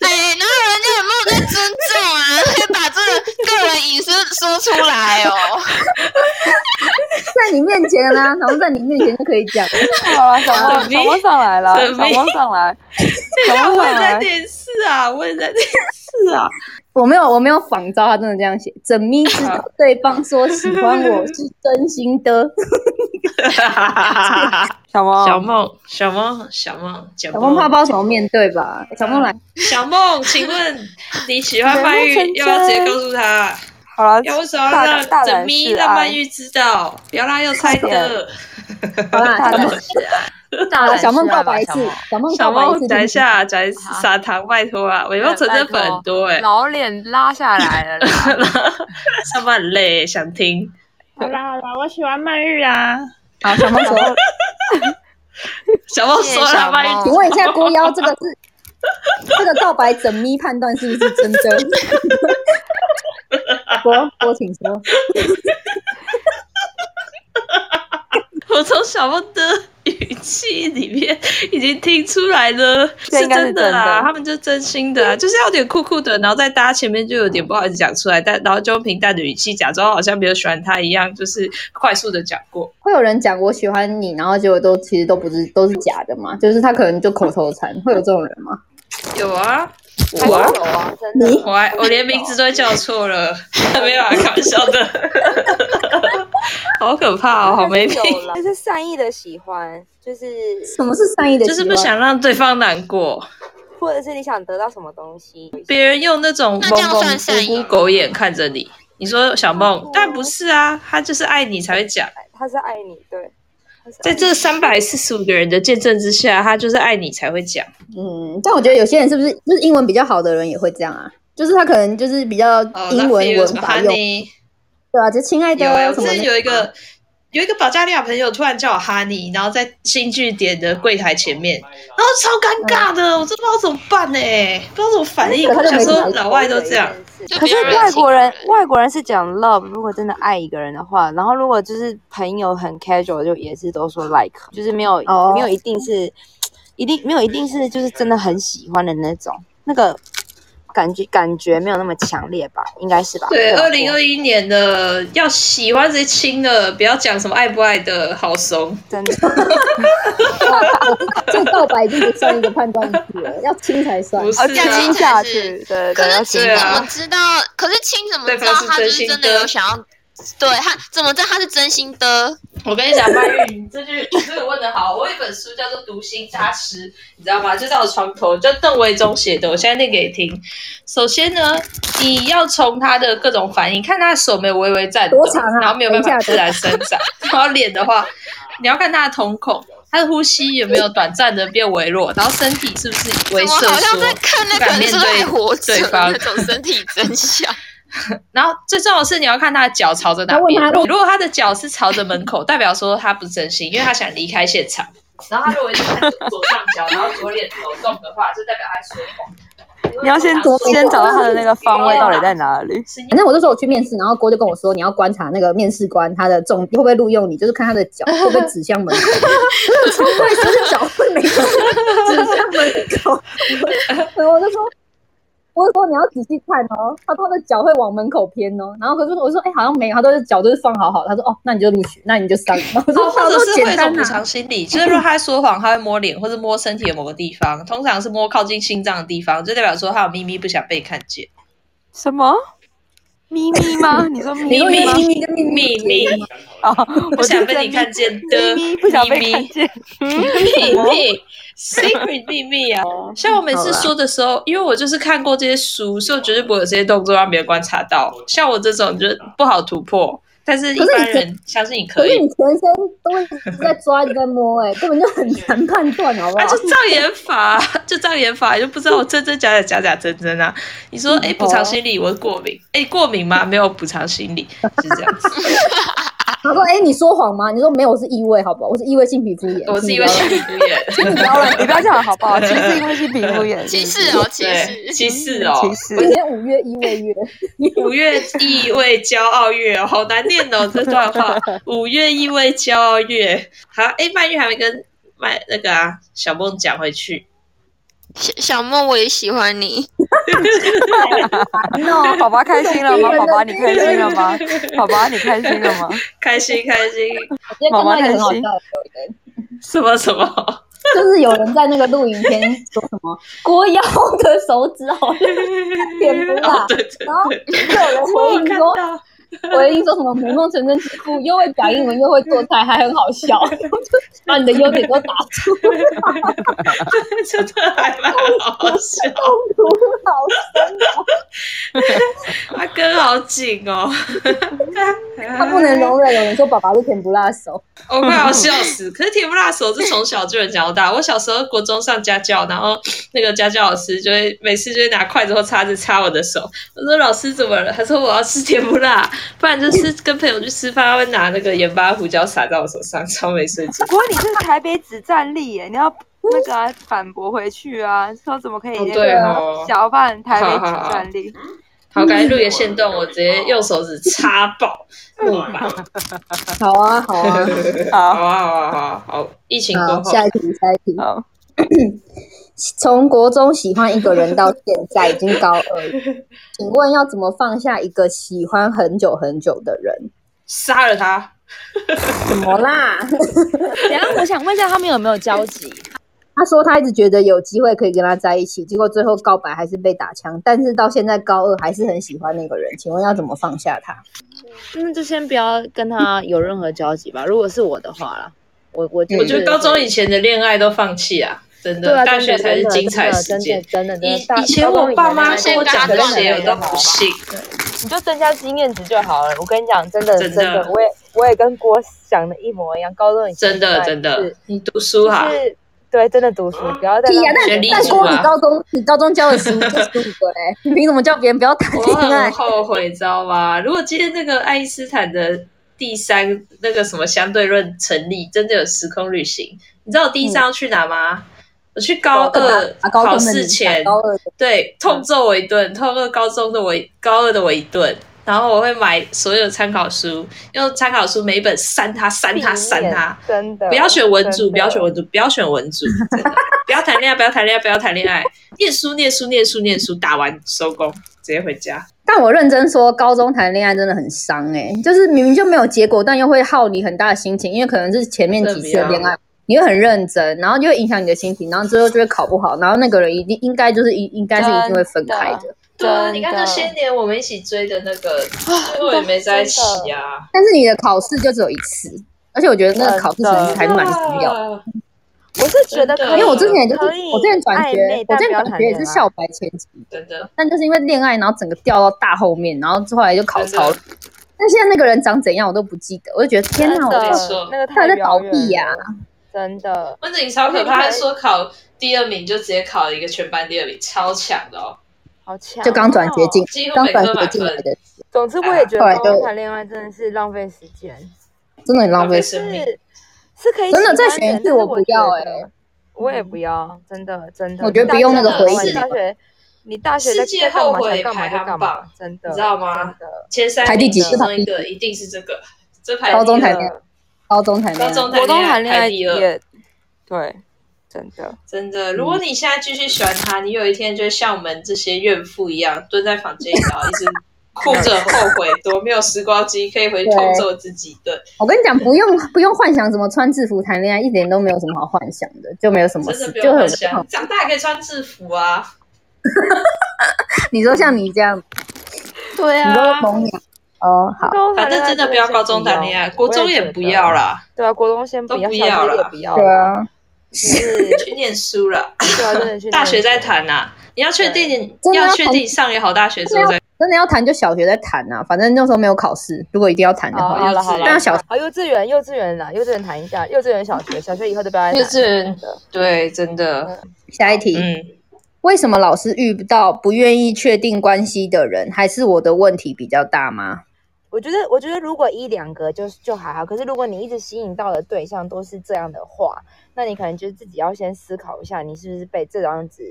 [SPEAKER 4] 哎，那人家有没有在尊重啊？ 可以把这个个人隐私说出来哦。
[SPEAKER 1] 在你面前啊，然后在你面前就可以讲。
[SPEAKER 3] 好啊了，小
[SPEAKER 2] 小
[SPEAKER 3] 猫，
[SPEAKER 2] 咪
[SPEAKER 3] 小猫上来了，
[SPEAKER 2] 小
[SPEAKER 3] 小
[SPEAKER 2] 咪
[SPEAKER 3] 猫上 来，小猫上来。
[SPEAKER 2] 电视啊，我也在电视啊。
[SPEAKER 1] 我没有，我没有仿照他真的这样写。怎么知道对方说喜欢我是真心 的？
[SPEAKER 3] 小猫，
[SPEAKER 2] 小梦，小梦，小梦，小
[SPEAKER 1] 小梦怕不知道怎么面对吧？小梦来，
[SPEAKER 2] 小梦，请问你喜欢曼玉，要不要直接告诉他？
[SPEAKER 3] 好了，
[SPEAKER 2] 要为什么
[SPEAKER 3] 大
[SPEAKER 2] 要
[SPEAKER 3] 大
[SPEAKER 2] 让
[SPEAKER 3] 胆啊
[SPEAKER 2] 缜
[SPEAKER 3] 示
[SPEAKER 2] 密
[SPEAKER 3] 爱
[SPEAKER 2] 让曼玉知道？不要让她用猜的。
[SPEAKER 1] 好啦，
[SPEAKER 3] 大
[SPEAKER 1] 小
[SPEAKER 3] 胆
[SPEAKER 1] 梦，
[SPEAKER 5] 是啊，
[SPEAKER 1] 好啦小梦告白一
[SPEAKER 5] 一
[SPEAKER 1] 次，啊小梦
[SPEAKER 2] 小
[SPEAKER 1] 告白一次，
[SPEAKER 2] 梦，等一，下，等一下，撒糖，拜托啊！尾巴成分粉很多哎，
[SPEAKER 5] 老脸拉下来了啦。
[SPEAKER 2] 上班很累，想听。好啦好啦，我喜欢曼玉啊。
[SPEAKER 1] 好，小梦说，
[SPEAKER 2] 小梦说
[SPEAKER 5] 谢谢
[SPEAKER 2] 了，
[SPEAKER 5] 小
[SPEAKER 2] 曼
[SPEAKER 5] 梦
[SPEAKER 2] 玉
[SPEAKER 1] 请问一下郭妖，这个是这个告白缜密判断是不是真的？郭郭，请说。
[SPEAKER 2] 我从小梦的语气里面已经听出来了，
[SPEAKER 3] 这应该是
[SPEAKER 2] 真的
[SPEAKER 3] 真
[SPEAKER 2] 啦，
[SPEAKER 3] 的
[SPEAKER 2] 他们就真心的、啊，就是要有点酷酷的，然后在大家前面就有点不好意思讲出来，但然后就用平淡的语气假装好像没有喜欢他一样，就是快速的讲过。
[SPEAKER 1] 会有人讲我喜欢你，然后结果都其实都不是都是假的嘛，就是他可能就口头禅，会有这种人吗？
[SPEAKER 2] 有啊，
[SPEAKER 3] 还
[SPEAKER 2] 我啊
[SPEAKER 3] 是有啊，真的。
[SPEAKER 2] 我还我连名字都叫错了，没有啊，开玩笑的。 好可怕哦，好没品。
[SPEAKER 3] 有啦就是善意的喜欢，就是
[SPEAKER 6] 什么是善意的？
[SPEAKER 2] 就是不，想让对方难过，
[SPEAKER 3] 或者是你想得到什么东西。
[SPEAKER 2] 别人用那种
[SPEAKER 4] 那这
[SPEAKER 2] 懵
[SPEAKER 4] 样算善
[SPEAKER 2] 懵
[SPEAKER 4] 意
[SPEAKER 2] 无辜狗眼看着你。你说小梦，但不是啊，他就是爱你才会讲。
[SPEAKER 3] 他是爱你，对。他是爱
[SPEAKER 2] 在
[SPEAKER 3] 你
[SPEAKER 2] 这三百四十五个人的见证之下，他就是爱你才会讲。
[SPEAKER 1] 嗯，但我觉得有些人是不是就是英文比较好的人也会这样啊？就是他可能就是比较
[SPEAKER 2] 哦
[SPEAKER 1] 英文文法用，
[SPEAKER 2] Honey，
[SPEAKER 1] 对啊，就亲爱
[SPEAKER 2] 有欸，
[SPEAKER 1] 的
[SPEAKER 2] 我
[SPEAKER 1] 什
[SPEAKER 2] 之
[SPEAKER 1] 么那
[SPEAKER 2] 前有一个有一个保加利亚啊朋友突然叫我哈尼，然后在新据点的柜台前面，然后超尴尬的，我真的不知道怎么办呢、不知道怎么反应。
[SPEAKER 1] 他
[SPEAKER 2] 我
[SPEAKER 1] 就
[SPEAKER 2] 想
[SPEAKER 1] 没什么
[SPEAKER 2] 说老外都这样，。
[SPEAKER 4] 就
[SPEAKER 3] 可
[SPEAKER 4] 比
[SPEAKER 3] 是
[SPEAKER 4] 较热
[SPEAKER 3] 外
[SPEAKER 4] 情
[SPEAKER 3] 国
[SPEAKER 4] 的
[SPEAKER 3] 人，外国人是讲 love，如果真的爱一个人的话，然后如果就是朋友很 casual，就也是都说 like，就是没有、
[SPEAKER 1] 哦
[SPEAKER 3] 没有一定是一定没有一定是就是真的很喜欢的那种，那个感觉感觉没有那么强烈吧，应该是吧？
[SPEAKER 2] 对，
[SPEAKER 3] 我
[SPEAKER 2] 二零二一年的要喜欢谁亲的，不要讲什么爱不爱的，好怂。
[SPEAKER 3] 真的
[SPEAKER 2] 啊
[SPEAKER 1] 啊这个告白已经不算一个判断依据 了，要亲才算
[SPEAKER 2] 不。是
[SPEAKER 3] 哦，
[SPEAKER 4] 样
[SPEAKER 3] 亲
[SPEAKER 2] 啊
[SPEAKER 4] 子，
[SPEAKER 3] 下去，对对
[SPEAKER 4] 可
[SPEAKER 3] 对，要
[SPEAKER 4] 是
[SPEAKER 3] 亲
[SPEAKER 4] 亲
[SPEAKER 2] 对
[SPEAKER 4] 怎
[SPEAKER 2] 啊
[SPEAKER 3] 下
[SPEAKER 4] 么
[SPEAKER 3] 去。
[SPEAKER 4] 知道？可是亲怎么
[SPEAKER 2] 对
[SPEAKER 4] 知道
[SPEAKER 2] 方是
[SPEAKER 4] 他就
[SPEAKER 2] 真
[SPEAKER 4] 是
[SPEAKER 2] 心
[SPEAKER 4] 真的
[SPEAKER 2] 的
[SPEAKER 4] 有想要？对他怎么知道他是真心的？
[SPEAKER 2] 我跟你讲，曼玉，这句 这个问的好。我有一本书叫做《读心大师》，你知道吗？就在我床头，就邓维忠写的。我现在念给你听。首先呢，你要从他的各种反应，看他的手没有微微颤抖，
[SPEAKER 1] 多长啊
[SPEAKER 2] 然后没有办
[SPEAKER 1] 等
[SPEAKER 2] 法
[SPEAKER 1] 一下
[SPEAKER 2] 自然生长。然后脸的话，你要看他的瞳孔，他的呼吸有没有短暂的变微弱，然后身体是不是
[SPEAKER 4] 我
[SPEAKER 2] 微瑟
[SPEAKER 4] 好像
[SPEAKER 2] 缩
[SPEAKER 4] 在。看那
[SPEAKER 2] 不敢
[SPEAKER 4] 本
[SPEAKER 2] 面
[SPEAKER 4] 书
[SPEAKER 2] 对
[SPEAKER 4] 还活着
[SPEAKER 2] 对
[SPEAKER 4] 的
[SPEAKER 2] 方
[SPEAKER 4] 那种身体真相。
[SPEAKER 2] 然后最重要的是，你要看他的脚朝着哪
[SPEAKER 1] 他问
[SPEAKER 2] 边
[SPEAKER 1] 他。
[SPEAKER 2] 如果如果他的脚是朝着门口， 代表说他不真心，因为他想离开现场。然后他如果一直看着左上角，然后左脸抖动的话，就代表他说谎。
[SPEAKER 3] 你要先先找到他的那个方位到底在哪里。
[SPEAKER 1] 反正我就说我去面试，然后郭就跟我说，你要观察那个面试官他的重会不会录用你，就是看他的脚会不会指向门 口。我说奇怪，谁的脚会没有指向门口？然后我就说，我就说你要仔细看哦，他说他的脚会往门口偏哦。然后可是我说，哎、好像没有，他都是脚都是放好好的。他说，哦，那你就录取，那你就上。然后我说，
[SPEAKER 2] 哦，或者是会有
[SPEAKER 1] 简
[SPEAKER 2] 一种
[SPEAKER 1] 单
[SPEAKER 2] 补
[SPEAKER 1] 啊。
[SPEAKER 2] 偿心理，就是如果他说谎，他会摸脸或者摸身体的某个地方，通常是摸靠近心脏的地方，就代表说他有秘密不想被看见。
[SPEAKER 3] 什么？咪咪吗？你说咪
[SPEAKER 1] 你说
[SPEAKER 3] 咪吗？
[SPEAKER 1] 秘密跟秘密
[SPEAKER 2] 秘密
[SPEAKER 3] 哦，
[SPEAKER 2] 不
[SPEAKER 3] 我
[SPEAKER 2] 想
[SPEAKER 3] 听
[SPEAKER 2] 被
[SPEAKER 3] 成
[SPEAKER 2] 你看见的
[SPEAKER 3] 咪咪不想被
[SPEAKER 2] 咪咪
[SPEAKER 3] 看见。
[SPEAKER 2] 秘密 secret 秘密啊！像我每次说的时候，因为我就是看过这些书，所以我绝对不会有这些动作让别人观察到。像我这种就是不好突破，但是一
[SPEAKER 1] 可是你
[SPEAKER 2] 般
[SPEAKER 1] 觉
[SPEAKER 2] 人相信你
[SPEAKER 1] 可
[SPEAKER 2] 可
[SPEAKER 1] 是
[SPEAKER 2] 以。
[SPEAKER 1] 你全身都一直在抓，一直在摸、哎，根本就很难判断，好不好
[SPEAKER 2] 啊，？就障眼法，就障眼法，就不知道我真真假假，假假真真啊！你说，哎、补偿心理，我过敏，哎、过敏吗？没有补偿心理，是这样子。
[SPEAKER 1] 他说：“哎、你说谎吗？”你说：“没有，我是异位，好不好？我是异位性皮肤炎。”
[SPEAKER 2] 我是因为心理不
[SPEAKER 3] 不
[SPEAKER 2] 严，
[SPEAKER 3] 要 了，你不要这样好不好？其实因为是皮肤炎，
[SPEAKER 4] 歧
[SPEAKER 3] 是
[SPEAKER 2] 啊
[SPEAKER 3] 不是
[SPEAKER 4] 视哦，歧
[SPEAKER 2] 对，
[SPEAKER 4] 视。
[SPEAKER 2] 歧视哦，
[SPEAKER 3] 歧视。
[SPEAKER 1] 今年五月异位月，
[SPEAKER 2] 五月意味骄傲月哦，好难念哦这段话。五月意味骄傲月，好，哎，曼玉还没跟麦那个啊小梦讲回去，
[SPEAKER 4] 小小梦，我也喜欢你。
[SPEAKER 3] 那宝宝开心了吗？宝宝你开心了吗？宝宝你开心了吗？
[SPEAKER 2] 开心开心，
[SPEAKER 1] 我今天看到一个很好笑的，
[SPEAKER 2] 什么什么，
[SPEAKER 1] 就是有人在那个录影片说什 么郭瑶的手指好像点不啊
[SPEAKER 2] 哦
[SPEAKER 1] 辣，
[SPEAKER 2] 对对
[SPEAKER 1] 然后
[SPEAKER 2] 对，
[SPEAKER 1] 就有人回
[SPEAKER 2] 我
[SPEAKER 1] 应
[SPEAKER 2] 看
[SPEAKER 1] 说
[SPEAKER 2] 到，
[SPEAKER 1] 回应说什么美梦成真之父，又会讲英文又会做菜，还很好笑， 然后就把你的优点都打出 来，
[SPEAKER 2] 真的还蛮好笑，
[SPEAKER 1] 好
[SPEAKER 2] 他跟好紧哦，
[SPEAKER 1] 他不能容忍有人说爸爸是甜不辣手，
[SPEAKER 2] 我快要 笑死！可是甜不辣手是从小就有教到。我小时候国中上家教，然后那个家教老师就会每次就会拿筷子或叉子插我的手。我说老师怎么了？他说我要吃甜不辣，不然就是跟朋友去吃饭，他会拿那个盐巴胡椒撒在我手上，超没水准。
[SPEAKER 3] 不过你是台北子战力耶，你要那个啊反驳回去啊，说怎么可以
[SPEAKER 2] 哦
[SPEAKER 3] 那
[SPEAKER 2] 对
[SPEAKER 3] 个
[SPEAKER 2] 哦
[SPEAKER 3] 搅拌台北子战力？
[SPEAKER 2] 好，赶紧录一个线动，我直接用手指插爆木马。
[SPEAKER 1] 好啊好啊，
[SPEAKER 2] 好啊，好
[SPEAKER 3] 好
[SPEAKER 2] 啊，好啊，好。疫情过
[SPEAKER 1] 好，
[SPEAKER 2] 后，
[SPEAKER 1] 下一题下一题。
[SPEAKER 3] 好，
[SPEAKER 1] 从国中喜欢一个人到现在已经高二了，请问要怎么放下一个喜欢很久很久的人？
[SPEAKER 2] 杀了他。
[SPEAKER 1] 怎么啦？
[SPEAKER 7] 等一下我想问一下他们有没有交集？
[SPEAKER 1] 他说他一直觉得有机会可以跟他在一起，结果最后告白还是被打枪，但是到现在高二还是很喜欢那个人，请问要怎么放下他？
[SPEAKER 7] 那就先不要跟他有任何交集吧。如果是我的话啦，我我
[SPEAKER 2] 嗯我觉得高中以前的恋爱都放弃啊，真
[SPEAKER 7] 对
[SPEAKER 2] 的，
[SPEAKER 7] 啊
[SPEAKER 2] 大
[SPEAKER 7] 真的
[SPEAKER 2] 学才是
[SPEAKER 7] 真的
[SPEAKER 2] 精彩
[SPEAKER 7] 真的
[SPEAKER 2] 时间。
[SPEAKER 7] 真的真的
[SPEAKER 2] 以
[SPEAKER 7] 真的大。
[SPEAKER 2] 以前我爸妈跟我讲这些，我都
[SPEAKER 7] 好
[SPEAKER 2] 不信。
[SPEAKER 3] 你就增加经验值就好了。我跟你讲，真的，
[SPEAKER 2] 真的
[SPEAKER 3] 真的，我也我也跟郭想的一模一样。高中以前
[SPEAKER 2] 真的真的
[SPEAKER 3] 是
[SPEAKER 2] 你读书哈
[SPEAKER 3] 就，是对，真的读书，不要再
[SPEAKER 1] 屁呀、
[SPEAKER 3] 浪
[SPEAKER 2] 啊
[SPEAKER 3] 费
[SPEAKER 2] 学
[SPEAKER 1] 但
[SPEAKER 2] 历
[SPEAKER 1] 但
[SPEAKER 2] 组
[SPEAKER 1] 郭，你
[SPEAKER 2] 啊
[SPEAKER 1] 高中你高中教了十五就十五个哎、你 凭什么叫别人不要谈
[SPEAKER 2] 我
[SPEAKER 1] 恋爱
[SPEAKER 2] 很？后悔，知道吗？如果今天那个爱因斯坦的第三那个什么相对论成立，真的有时空旅行，你知道我第一站要去哪吗？我去高二
[SPEAKER 1] 啊，高
[SPEAKER 2] 考
[SPEAKER 1] 中的
[SPEAKER 2] 试
[SPEAKER 1] 你
[SPEAKER 2] 前，
[SPEAKER 1] 高二的
[SPEAKER 2] 对，痛揍我一顿，痛揍高中的我一高二的我一顿。然后我会买所有参考书，用参考书每一本删它、删
[SPEAKER 3] 避
[SPEAKER 2] 它、删
[SPEAKER 3] 免
[SPEAKER 2] 它，
[SPEAKER 3] 真的
[SPEAKER 2] 不要选文
[SPEAKER 3] 真
[SPEAKER 2] 组，
[SPEAKER 3] 的
[SPEAKER 2] 不要选文组，不要选文组，真的不要谈恋爱，不要谈恋爱，不要谈恋爱，念书念书念书念书，打完收工，直接回家。
[SPEAKER 1] 但我认真说，高中谈恋爱真的很伤哎、就是明明就没有结果，但又会耗你很大的心情，因为可能是前面几次的
[SPEAKER 2] 真
[SPEAKER 1] 恋
[SPEAKER 2] 的
[SPEAKER 1] 爱，你会很认真，然后就会影响你的心情，然后最后就会考不好，然后那个人一定应该就是一应该是一定会分开的。
[SPEAKER 2] 对啊，你
[SPEAKER 3] 真
[SPEAKER 2] 看
[SPEAKER 3] 的
[SPEAKER 2] 这些年我们一起追的那个，最后也没在一起啊。
[SPEAKER 1] 但是你的考试就只有一次，而且我觉得那个考试成绩
[SPEAKER 2] 啊
[SPEAKER 1] 还蛮重要的。
[SPEAKER 2] 的。
[SPEAKER 3] 我是觉得
[SPEAKER 2] 真
[SPEAKER 3] 可
[SPEAKER 2] 的
[SPEAKER 3] 以，
[SPEAKER 1] 因为我之前也就是
[SPEAKER 3] 可以
[SPEAKER 1] 我之前转学
[SPEAKER 3] 暧昧，
[SPEAKER 1] 我
[SPEAKER 3] 但
[SPEAKER 1] 之
[SPEAKER 3] 不要
[SPEAKER 1] 前
[SPEAKER 3] 谈
[SPEAKER 1] 转学也
[SPEAKER 3] 恋
[SPEAKER 1] 是
[SPEAKER 3] 爱
[SPEAKER 1] 校白前几，
[SPEAKER 2] 真的，
[SPEAKER 1] 但就是因为恋爱，然后整个掉到大后面，然后后来就考超了
[SPEAKER 2] 真。
[SPEAKER 1] 但现在那个人长怎样我都不记得，我就觉得天哪，
[SPEAKER 3] 啊真
[SPEAKER 1] 我
[SPEAKER 3] 的
[SPEAKER 2] 没错
[SPEAKER 3] 那个
[SPEAKER 1] 他
[SPEAKER 3] 太
[SPEAKER 1] 在倒
[SPEAKER 3] 遥远
[SPEAKER 1] 闭呀、
[SPEAKER 3] 了真的。
[SPEAKER 2] 温子颖超可怕，他说考第二名就直接考一个全班第二名，超强的哦。
[SPEAKER 3] 好强、
[SPEAKER 1] 就刚转学进
[SPEAKER 3] 哦。，
[SPEAKER 2] 几乎
[SPEAKER 1] 刚
[SPEAKER 2] 每
[SPEAKER 1] 转
[SPEAKER 2] 科
[SPEAKER 1] 学
[SPEAKER 2] 满
[SPEAKER 1] 进来
[SPEAKER 2] 分，
[SPEAKER 1] 的，
[SPEAKER 3] 总之，我也觉
[SPEAKER 1] 后来
[SPEAKER 3] 得
[SPEAKER 1] 就
[SPEAKER 3] 高中谈恋爱真的是浪费时间，
[SPEAKER 1] 真的很浪费时间。
[SPEAKER 2] 生命。
[SPEAKER 3] 是是可以
[SPEAKER 1] 真的
[SPEAKER 3] 喜欢
[SPEAKER 1] 再选一次
[SPEAKER 3] 但是
[SPEAKER 1] 我
[SPEAKER 3] 我
[SPEAKER 1] 不要
[SPEAKER 3] 觉得
[SPEAKER 1] 欸
[SPEAKER 3] 我也不要，真的真的。
[SPEAKER 1] 我觉得不用那个
[SPEAKER 2] 回忆
[SPEAKER 3] 你大学，你大学在
[SPEAKER 2] 世界
[SPEAKER 3] 在干
[SPEAKER 2] 后
[SPEAKER 3] 嘛
[SPEAKER 2] 悔
[SPEAKER 3] 想干嘛就
[SPEAKER 2] 排行榜
[SPEAKER 3] 干嘛，真的，
[SPEAKER 2] 你知道吗
[SPEAKER 3] 真的
[SPEAKER 2] 前三
[SPEAKER 1] 排第几
[SPEAKER 2] 名其中一个一定是这个，这排第二
[SPEAKER 1] 高中谈恋高中谈恋
[SPEAKER 2] 高
[SPEAKER 1] 爱，
[SPEAKER 2] 中
[SPEAKER 3] 国中
[SPEAKER 2] 谈恋
[SPEAKER 3] 谈恋
[SPEAKER 2] 爱
[SPEAKER 3] 爱
[SPEAKER 2] 排第二，
[SPEAKER 3] 也对，真的
[SPEAKER 2] 真的。
[SPEAKER 1] 嗯
[SPEAKER 2] 如果你现在继续喜欢他，你有一天就会像我们这些怨妇一样，蹲在房间里，然后一直哭着后悔，多没有时光机可以回去痛揍自己一 顿，
[SPEAKER 1] 我跟你讲，不用不用幻想什么穿制服谈恋爱，一点都没有什么好幻想的，就没有什么
[SPEAKER 2] 真的
[SPEAKER 1] 事，
[SPEAKER 2] 不
[SPEAKER 1] 就
[SPEAKER 2] 用
[SPEAKER 1] 很
[SPEAKER 2] 幻想。长大可以穿制服啊，
[SPEAKER 1] 你说像你这样，
[SPEAKER 2] 对
[SPEAKER 3] 啊
[SPEAKER 1] 你说萌芽哦，好，
[SPEAKER 3] 高中谈
[SPEAKER 2] 反
[SPEAKER 3] 恋
[SPEAKER 2] 正
[SPEAKER 3] 爱
[SPEAKER 2] 真的不要高中谈恋爱，国中也不要
[SPEAKER 3] 了。
[SPEAKER 2] 啦，
[SPEAKER 3] 对啊，国中先不
[SPEAKER 2] 都
[SPEAKER 3] 要，
[SPEAKER 2] 不要
[SPEAKER 3] 小学也
[SPEAKER 2] 啦
[SPEAKER 3] 不要
[SPEAKER 1] 对
[SPEAKER 3] 了，
[SPEAKER 1] 啊，
[SPEAKER 3] 就是
[SPEAKER 2] 去念书啦，
[SPEAKER 3] 对啊，真的去
[SPEAKER 2] 大学
[SPEAKER 3] 念
[SPEAKER 2] 再
[SPEAKER 3] 书。
[SPEAKER 2] 谈呐。你要确定
[SPEAKER 1] 真，的要
[SPEAKER 2] 要确定上一个好大学之后再啊
[SPEAKER 1] 真的要谈就小学再谈啊，反正那时候没有考试，如果一定要谈的
[SPEAKER 3] 哦，
[SPEAKER 1] 话，
[SPEAKER 3] 好了
[SPEAKER 2] 幼稚
[SPEAKER 3] 好
[SPEAKER 2] 园
[SPEAKER 3] 了，
[SPEAKER 1] 但要小
[SPEAKER 3] 好幼稚园，幼稚园啦，幼稚园谈一下，幼稚园、小学，小学以后都不要再谈。
[SPEAKER 2] 园，对，真的，
[SPEAKER 1] 下一题，
[SPEAKER 2] 嗯。
[SPEAKER 1] 为什么老是遇不到不愿意确定关系的人？还是我的问题比较大吗？
[SPEAKER 3] 我觉得，我觉得如果一两个就是就还好，可是如果你一直吸引到的对象都是这样的话，那你可能就是自己要先思考一下，你是不是被这样子，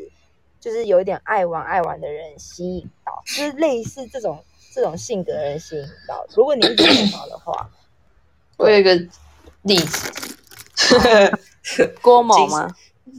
[SPEAKER 3] 就是有一点爱玩爱玩的人吸引到，就是类似这种这种性格的人吸引到。如果你一直碰到的话，
[SPEAKER 2] 我有一个例子，
[SPEAKER 3] 郭
[SPEAKER 2] 某吗？哦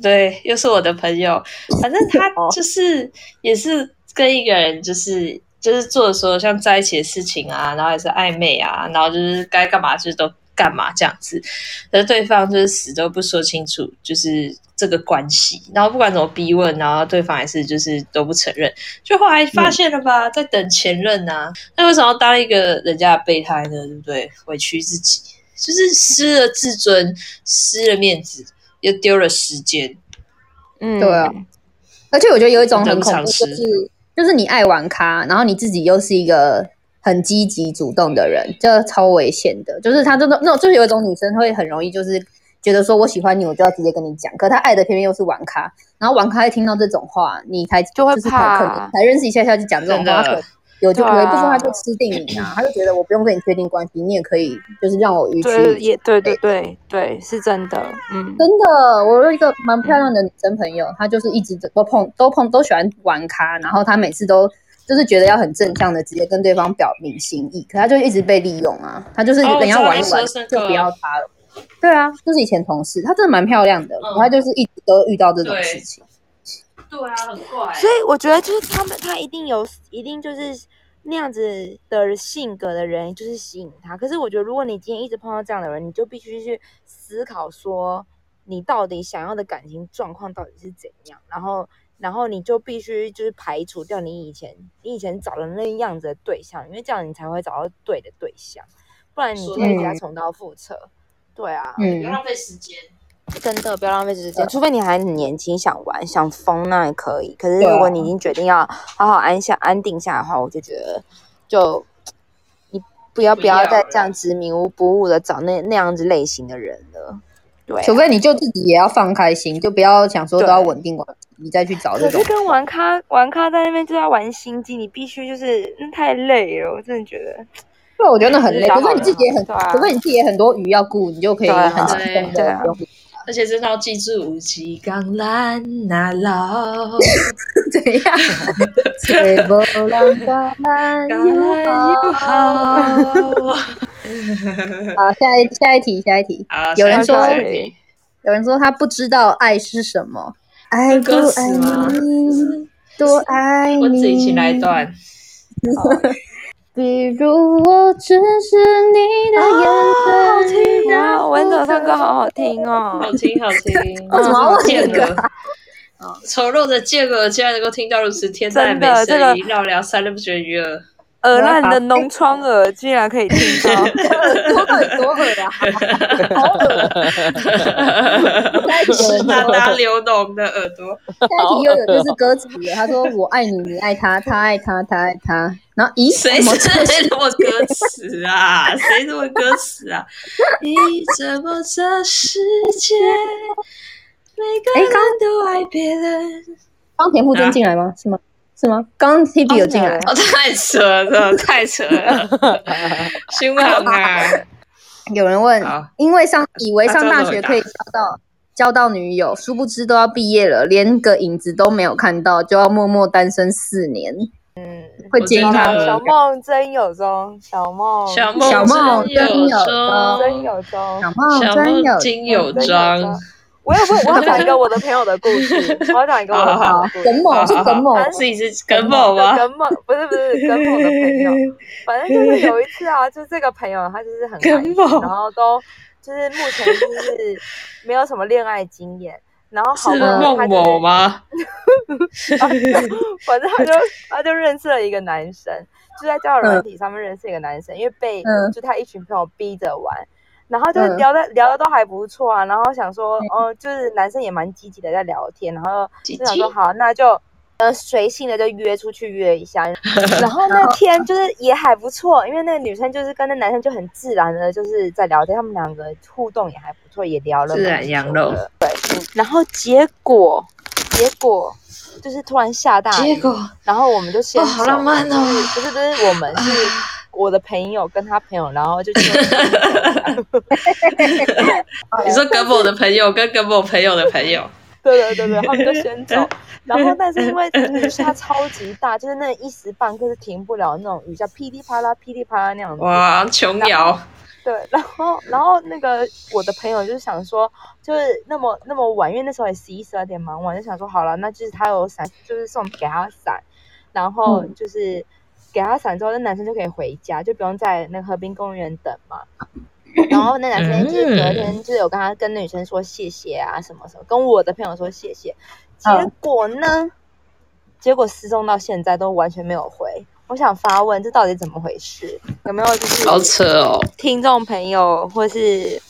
[SPEAKER 2] 对，又是我的朋友，反正他
[SPEAKER 3] 哦
[SPEAKER 2] 就是也是跟一个人就是。就是做的所有像在一起的事情啊，然后也是暧昧啊，然后就是该干嘛就是都干嘛这样子，可是对方就是死都不说清楚，就是这个关系，然后不管怎么逼问，然后对方也是就是都不承认，就后来发现了吧，在等前任啊，那为什么要当一个人家的备胎呢？对不对？委屈自己，就是失了自尊，失了面子，又丢了时间。
[SPEAKER 3] 嗯
[SPEAKER 1] 对啊，而且我觉得有一种
[SPEAKER 2] 得
[SPEAKER 1] 很
[SPEAKER 2] 不
[SPEAKER 1] 恐怖，
[SPEAKER 2] 偿
[SPEAKER 1] 就
[SPEAKER 2] 失
[SPEAKER 1] 是就是你爱玩咖，然后你自己又是一个很积极主动的人，这超危险的。就是他这种那种，就是有一种女生会很容易就是觉得说我喜欢你，我就要直接跟你讲，可她爱的偏偏又是玩咖，然后玩咖一听到这种话，你才
[SPEAKER 3] 就会
[SPEAKER 1] 是
[SPEAKER 3] 怕啊
[SPEAKER 1] 才可能才认识一下下就讲这种话，
[SPEAKER 2] 真的
[SPEAKER 1] 可有就
[SPEAKER 3] 对啊
[SPEAKER 1] 有一部分他就吃定你啊，他就觉得我不用跟你确定关系，你也可以就是让我予取予
[SPEAKER 3] 对，
[SPEAKER 1] 求
[SPEAKER 3] 也对对对对，是真的，嗯，
[SPEAKER 1] 真的，我有一个蛮漂亮的女生朋友，她就是一直都碰都碰都喜欢玩咖，然后她每次都就是觉得要很正向的直接跟对方表明心意，可她就一直被利用啊，她就是
[SPEAKER 2] 哦我
[SPEAKER 1] 等一下
[SPEAKER 2] 知道
[SPEAKER 1] 玩一
[SPEAKER 2] 你
[SPEAKER 1] 玩、
[SPEAKER 2] 说这
[SPEAKER 1] 就
[SPEAKER 2] 个
[SPEAKER 1] 不要她了。对啊，就是以前同事，她真的蛮漂亮的，
[SPEAKER 2] 嗯
[SPEAKER 1] 可她就是一直都遇到这种
[SPEAKER 2] 对
[SPEAKER 1] 事情。
[SPEAKER 2] 对啊，很怪
[SPEAKER 3] 所以我觉得就是他们，他一定有，一定就是那样子的性格的人，就是吸引他。可是我觉得，如果你今天一直碰到这样的人，你就必须去思考说，你到底想要的感情状况到底是怎样，然后然后你就必须就是排除掉你以前你以前找的那样子的对象，因为这样你才会找到对的对象，不然你就会给他重蹈覆辙。对啊，
[SPEAKER 2] 不要
[SPEAKER 1] 嗯，
[SPEAKER 2] 浪费时间。
[SPEAKER 3] 真的不要浪费时间，除非你还很年轻，想玩想疯那也可以。可是
[SPEAKER 1] 对啊
[SPEAKER 3] 如果你已经决定要好好安下安定下来的话，我就觉得就你不要
[SPEAKER 2] 不
[SPEAKER 3] 不要
[SPEAKER 2] 要
[SPEAKER 3] 再
[SPEAKER 2] 了
[SPEAKER 3] 这样子迷无不悟的找那那样子类型的人了。对啊、
[SPEAKER 1] 除非你就自己也要放开心，就不要想说都要稳定关系，你再去找这
[SPEAKER 3] 可
[SPEAKER 1] 种
[SPEAKER 3] 是。跟玩咖玩咖在那边就在玩心机，你必须就是那太累了，我真的觉得。
[SPEAKER 1] 对，我觉得很累。
[SPEAKER 3] 就是
[SPEAKER 1] 除
[SPEAKER 3] 找
[SPEAKER 1] 非你自己也很，
[SPEAKER 3] 好的对啊
[SPEAKER 1] 除非你自己也很多鱼要顾，你就可以
[SPEAKER 3] 对啊
[SPEAKER 1] 很轻松
[SPEAKER 3] 对
[SPEAKER 1] 的
[SPEAKER 3] 啊
[SPEAKER 1] 不用。
[SPEAKER 2] 而且真的要记住五级钢兰那老，
[SPEAKER 1] 怎样？吹波浪的漫
[SPEAKER 2] 钢
[SPEAKER 1] 游
[SPEAKER 2] 兰 好。
[SPEAKER 1] 好，下一下一题，下一题。
[SPEAKER 2] 啊
[SPEAKER 1] 有人说
[SPEAKER 2] 下一题
[SPEAKER 1] 有人说他不知道爱是什么，爱不
[SPEAKER 2] 歌词
[SPEAKER 1] 爱
[SPEAKER 2] 吗
[SPEAKER 1] 你，多爱你。
[SPEAKER 2] 我自己请来一 段。
[SPEAKER 1] 比如我只是你
[SPEAKER 3] 哎
[SPEAKER 1] 的眼神，
[SPEAKER 3] 啊，文总唱歌好好听哦
[SPEAKER 2] 好。听，好 听。
[SPEAKER 1] 为什么要问
[SPEAKER 2] 贱
[SPEAKER 1] 这个
[SPEAKER 2] 鹅？哦丑陋的贱鹅竟然能够听到如此天籁
[SPEAKER 3] 真
[SPEAKER 2] 美
[SPEAKER 3] 的这个
[SPEAKER 2] 声音，绕梁三人不绝于 耳。
[SPEAKER 3] 鹅烂的脓疮耳居然可以听到，
[SPEAKER 1] 多狠多狠啊！好恶！下一题有
[SPEAKER 2] 湿
[SPEAKER 1] 人
[SPEAKER 2] 哒
[SPEAKER 1] 说
[SPEAKER 2] 哒流脓的耳朵，
[SPEAKER 1] 下一题又有就是歌词了，他说我爱你，你爱他，他爱他，他爱他。然后咦，
[SPEAKER 2] 谁
[SPEAKER 1] 怎么这
[SPEAKER 2] 谁这么歌词啊？谁这么歌词啊？咦，怎么这世界每个
[SPEAKER 1] 哎
[SPEAKER 2] 人
[SPEAKER 1] 刚
[SPEAKER 2] 都爱别人？
[SPEAKER 1] 刚田馥甄进来吗？是吗？是吗？刚 T B 有进来，
[SPEAKER 2] 哦，太扯了，太扯了，凶悍啊！
[SPEAKER 1] 有人问
[SPEAKER 2] 好，啊
[SPEAKER 1] 因为上以为上
[SPEAKER 2] 那
[SPEAKER 1] 大
[SPEAKER 2] 这
[SPEAKER 1] 学
[SPEAKER 2] 样都
[SPEAKER 1] 可以交到交到女友，殊不知都要毕业了，连个影子都没有看到，就要默默单身四年。嗯，会建议他
[SPEAKER 2] 我知
[SPEAKER 3] 小
[SPEAKER 2] 道
[SPEAKER 1] 们
[SPEAKER 3] 梦真有踪，哦小梦
[SPEAKER 2] 小梦
[SPEAKER 1] 小梦
[SPEAKER 2] 有
[SPEAKER 1] 真有
[SPEAKER 2] 说
[SPEAKER 3] 真有踪。
[SPEAKER 1] 小梦
[SPEAKER 2] 小
[SPEAKER 1] 真有
[SPEAKER 2] 梦金有
[SPEAKER 3] 真有
[SPEAKER 2] 章
[SPEAKER 3] 妆，我要不我要讲一个我的朋友的故事，我要讲一个我的朋友
[SPEAKER 1] 好
[SPEAKER 3] 的故事。
[SPEAKER 1] 耿某是耿某，
[SPEAKER 2] 自己是耿某
[SPEAKER 3] 对
[SPEAKER 2] 吗？
[SPEAKER 3] 耿某不是不是耿某的朋友，反正就是有一次啊，就是这个朋友他就是很开心，
[SPEAKER 2] 耿某
[SPEAKER 3] 然后都就是目前就是没有什么恋爱经验，然后 好
[SPEAKER 2] 是
[SPEAKER 3] 不容易他
[SPEAKER 2] 孟
[SPEAKER 3] 就
[SPEAKER 2] 某
[SPEAKER 3] 是
[SPEAKER 2] 吗？
[SPEAKER 3] 反正他就他就认识了一个男生，就在交友软体上面认识一个男生，因为被、
[SPEAKER 1] 嗯
[SPEAKER 3] 就他一群朋友逼着玩，然后就
[SPEAKER 1] 嗯
[SPEAKER 3] 聊的、聊的都还不错啊，然后想说，哦，就是男生也蛮积极的在聊天，然后
[SPEAKER 2] 鸡
[SPEAKER 3] 就想
[SPEAKER 2] 鸡
[SPEAKER 3] 说好，那就呃随性的就约出去约一下。然后
[SPEAKER 2] 嗯
[SPEAKER 3] 那天就是也还不错，因为那个女生就是跟那男生就很自然的就是在聊天，他们两个互动也还不错，也聊了
[SPEAKER 2] 自然
[SPEAKER 3] 蛮久
[SPEAKER 2] 羊肉
[SPEAKER 3] 的。对，然后结果结果就是突然下大雨，
[SPEAKER 2] 结果
[SPEAKER 3] 然后我们就先
[SPEAKER 2] 哦好浪漫哦啊
[SPEAKER 3] 不是不是不是我们是。我的朋友跟他朋友，然后就去
[SPEAKER 2] 你说耿某的朋友跟耿某朋友的朋 友，
[SPEAKER 3] 对对对对，他们就 先走。然后，但是因为雨下超级大，就是那一时半刻是停不了那种雨下，噼里啪啦、噼里啪啦那样子。
[SPEAKER 2] 哇，琼瑶，
[SPEAKER 3] 对，然后然后那个我的朋友就是想说，就是那么那么晚，因为那时候也十一十二点蛮晚，就想说好了，那就是他有伞，就是送给他伞，然后就是给他伞之后，那男生就可以回家，就不用在那个河滨公园等嘛。然后那男生就是隔天就是有跟他跟那女生说谢谢啊什么什么，跟我的朋友说谢谢，结
[SPEAKER 1] 嗯
[SPEAKER 3] 果呢，结果失踪到现在都完全没有回。我想发问，这到底怎么回事？有没有就是
[SPEAKER 2] 好扯哦！
[SPEAKER 3] 听众朋友或是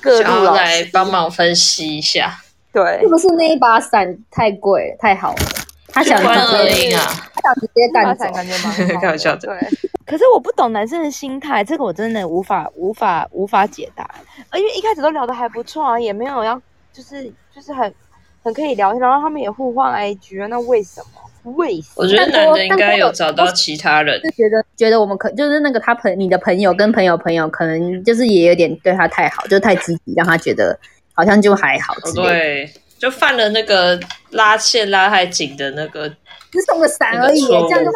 [SPEAKER 3] 各
[SPEAKER 2] 想
[SPEAKER 3] 路
[SPEAKER 2] 要
[SPEAKER 3] 老
[SPEAKER 2] 来
[SPEAKER 3] 师，
[SPEAKER 2] 帮忙分析一下，
[SPEAKER 3] 对
[SPEAKER 1] 是，不是那一把伞太贵了太好了？他想
[SPEAKER 2] 关
[SPEAKER 1] 直
[SPEAKER 2] 二
[SPEAKER 1] 接，
[SPEAKER 2] 音啊，
[SPEAKER 1] 他想直接
[SPEAKER 3] 大
[SPEAKER 1] 干走
[SPEAKER 3] 伞。感觉蛮好
[SPEAKER 2] 开玩笑的
[SPEAKER 3] 对，可是我不懂男生的心态，这个我真的无法无法无法解答。呃因为一开始都聊得还不错啊，也没有要就是就是很很可以聊天，然后他们也互换 IG，啊那为什么？为什
[SPEAKER 2] 我
[SPEAKER 3] 么？
[SPEAKER 2] 觉得男的应该有找到其他人
[SPEAKER 1] 就，觉得觉得我们可就是那个他朋你的朋友跟朋友朋友可能就是也有点对他太好，就是太积极，让他觉得好像就还好之类的。
[SPEAKER 2] 哦对，就犯了那个拉线拉太紧的那个，
[SPEAKER 1] 只送个伞而已，
[SPEAKER 2] 那个错误
[SPEAKER 1] 这样就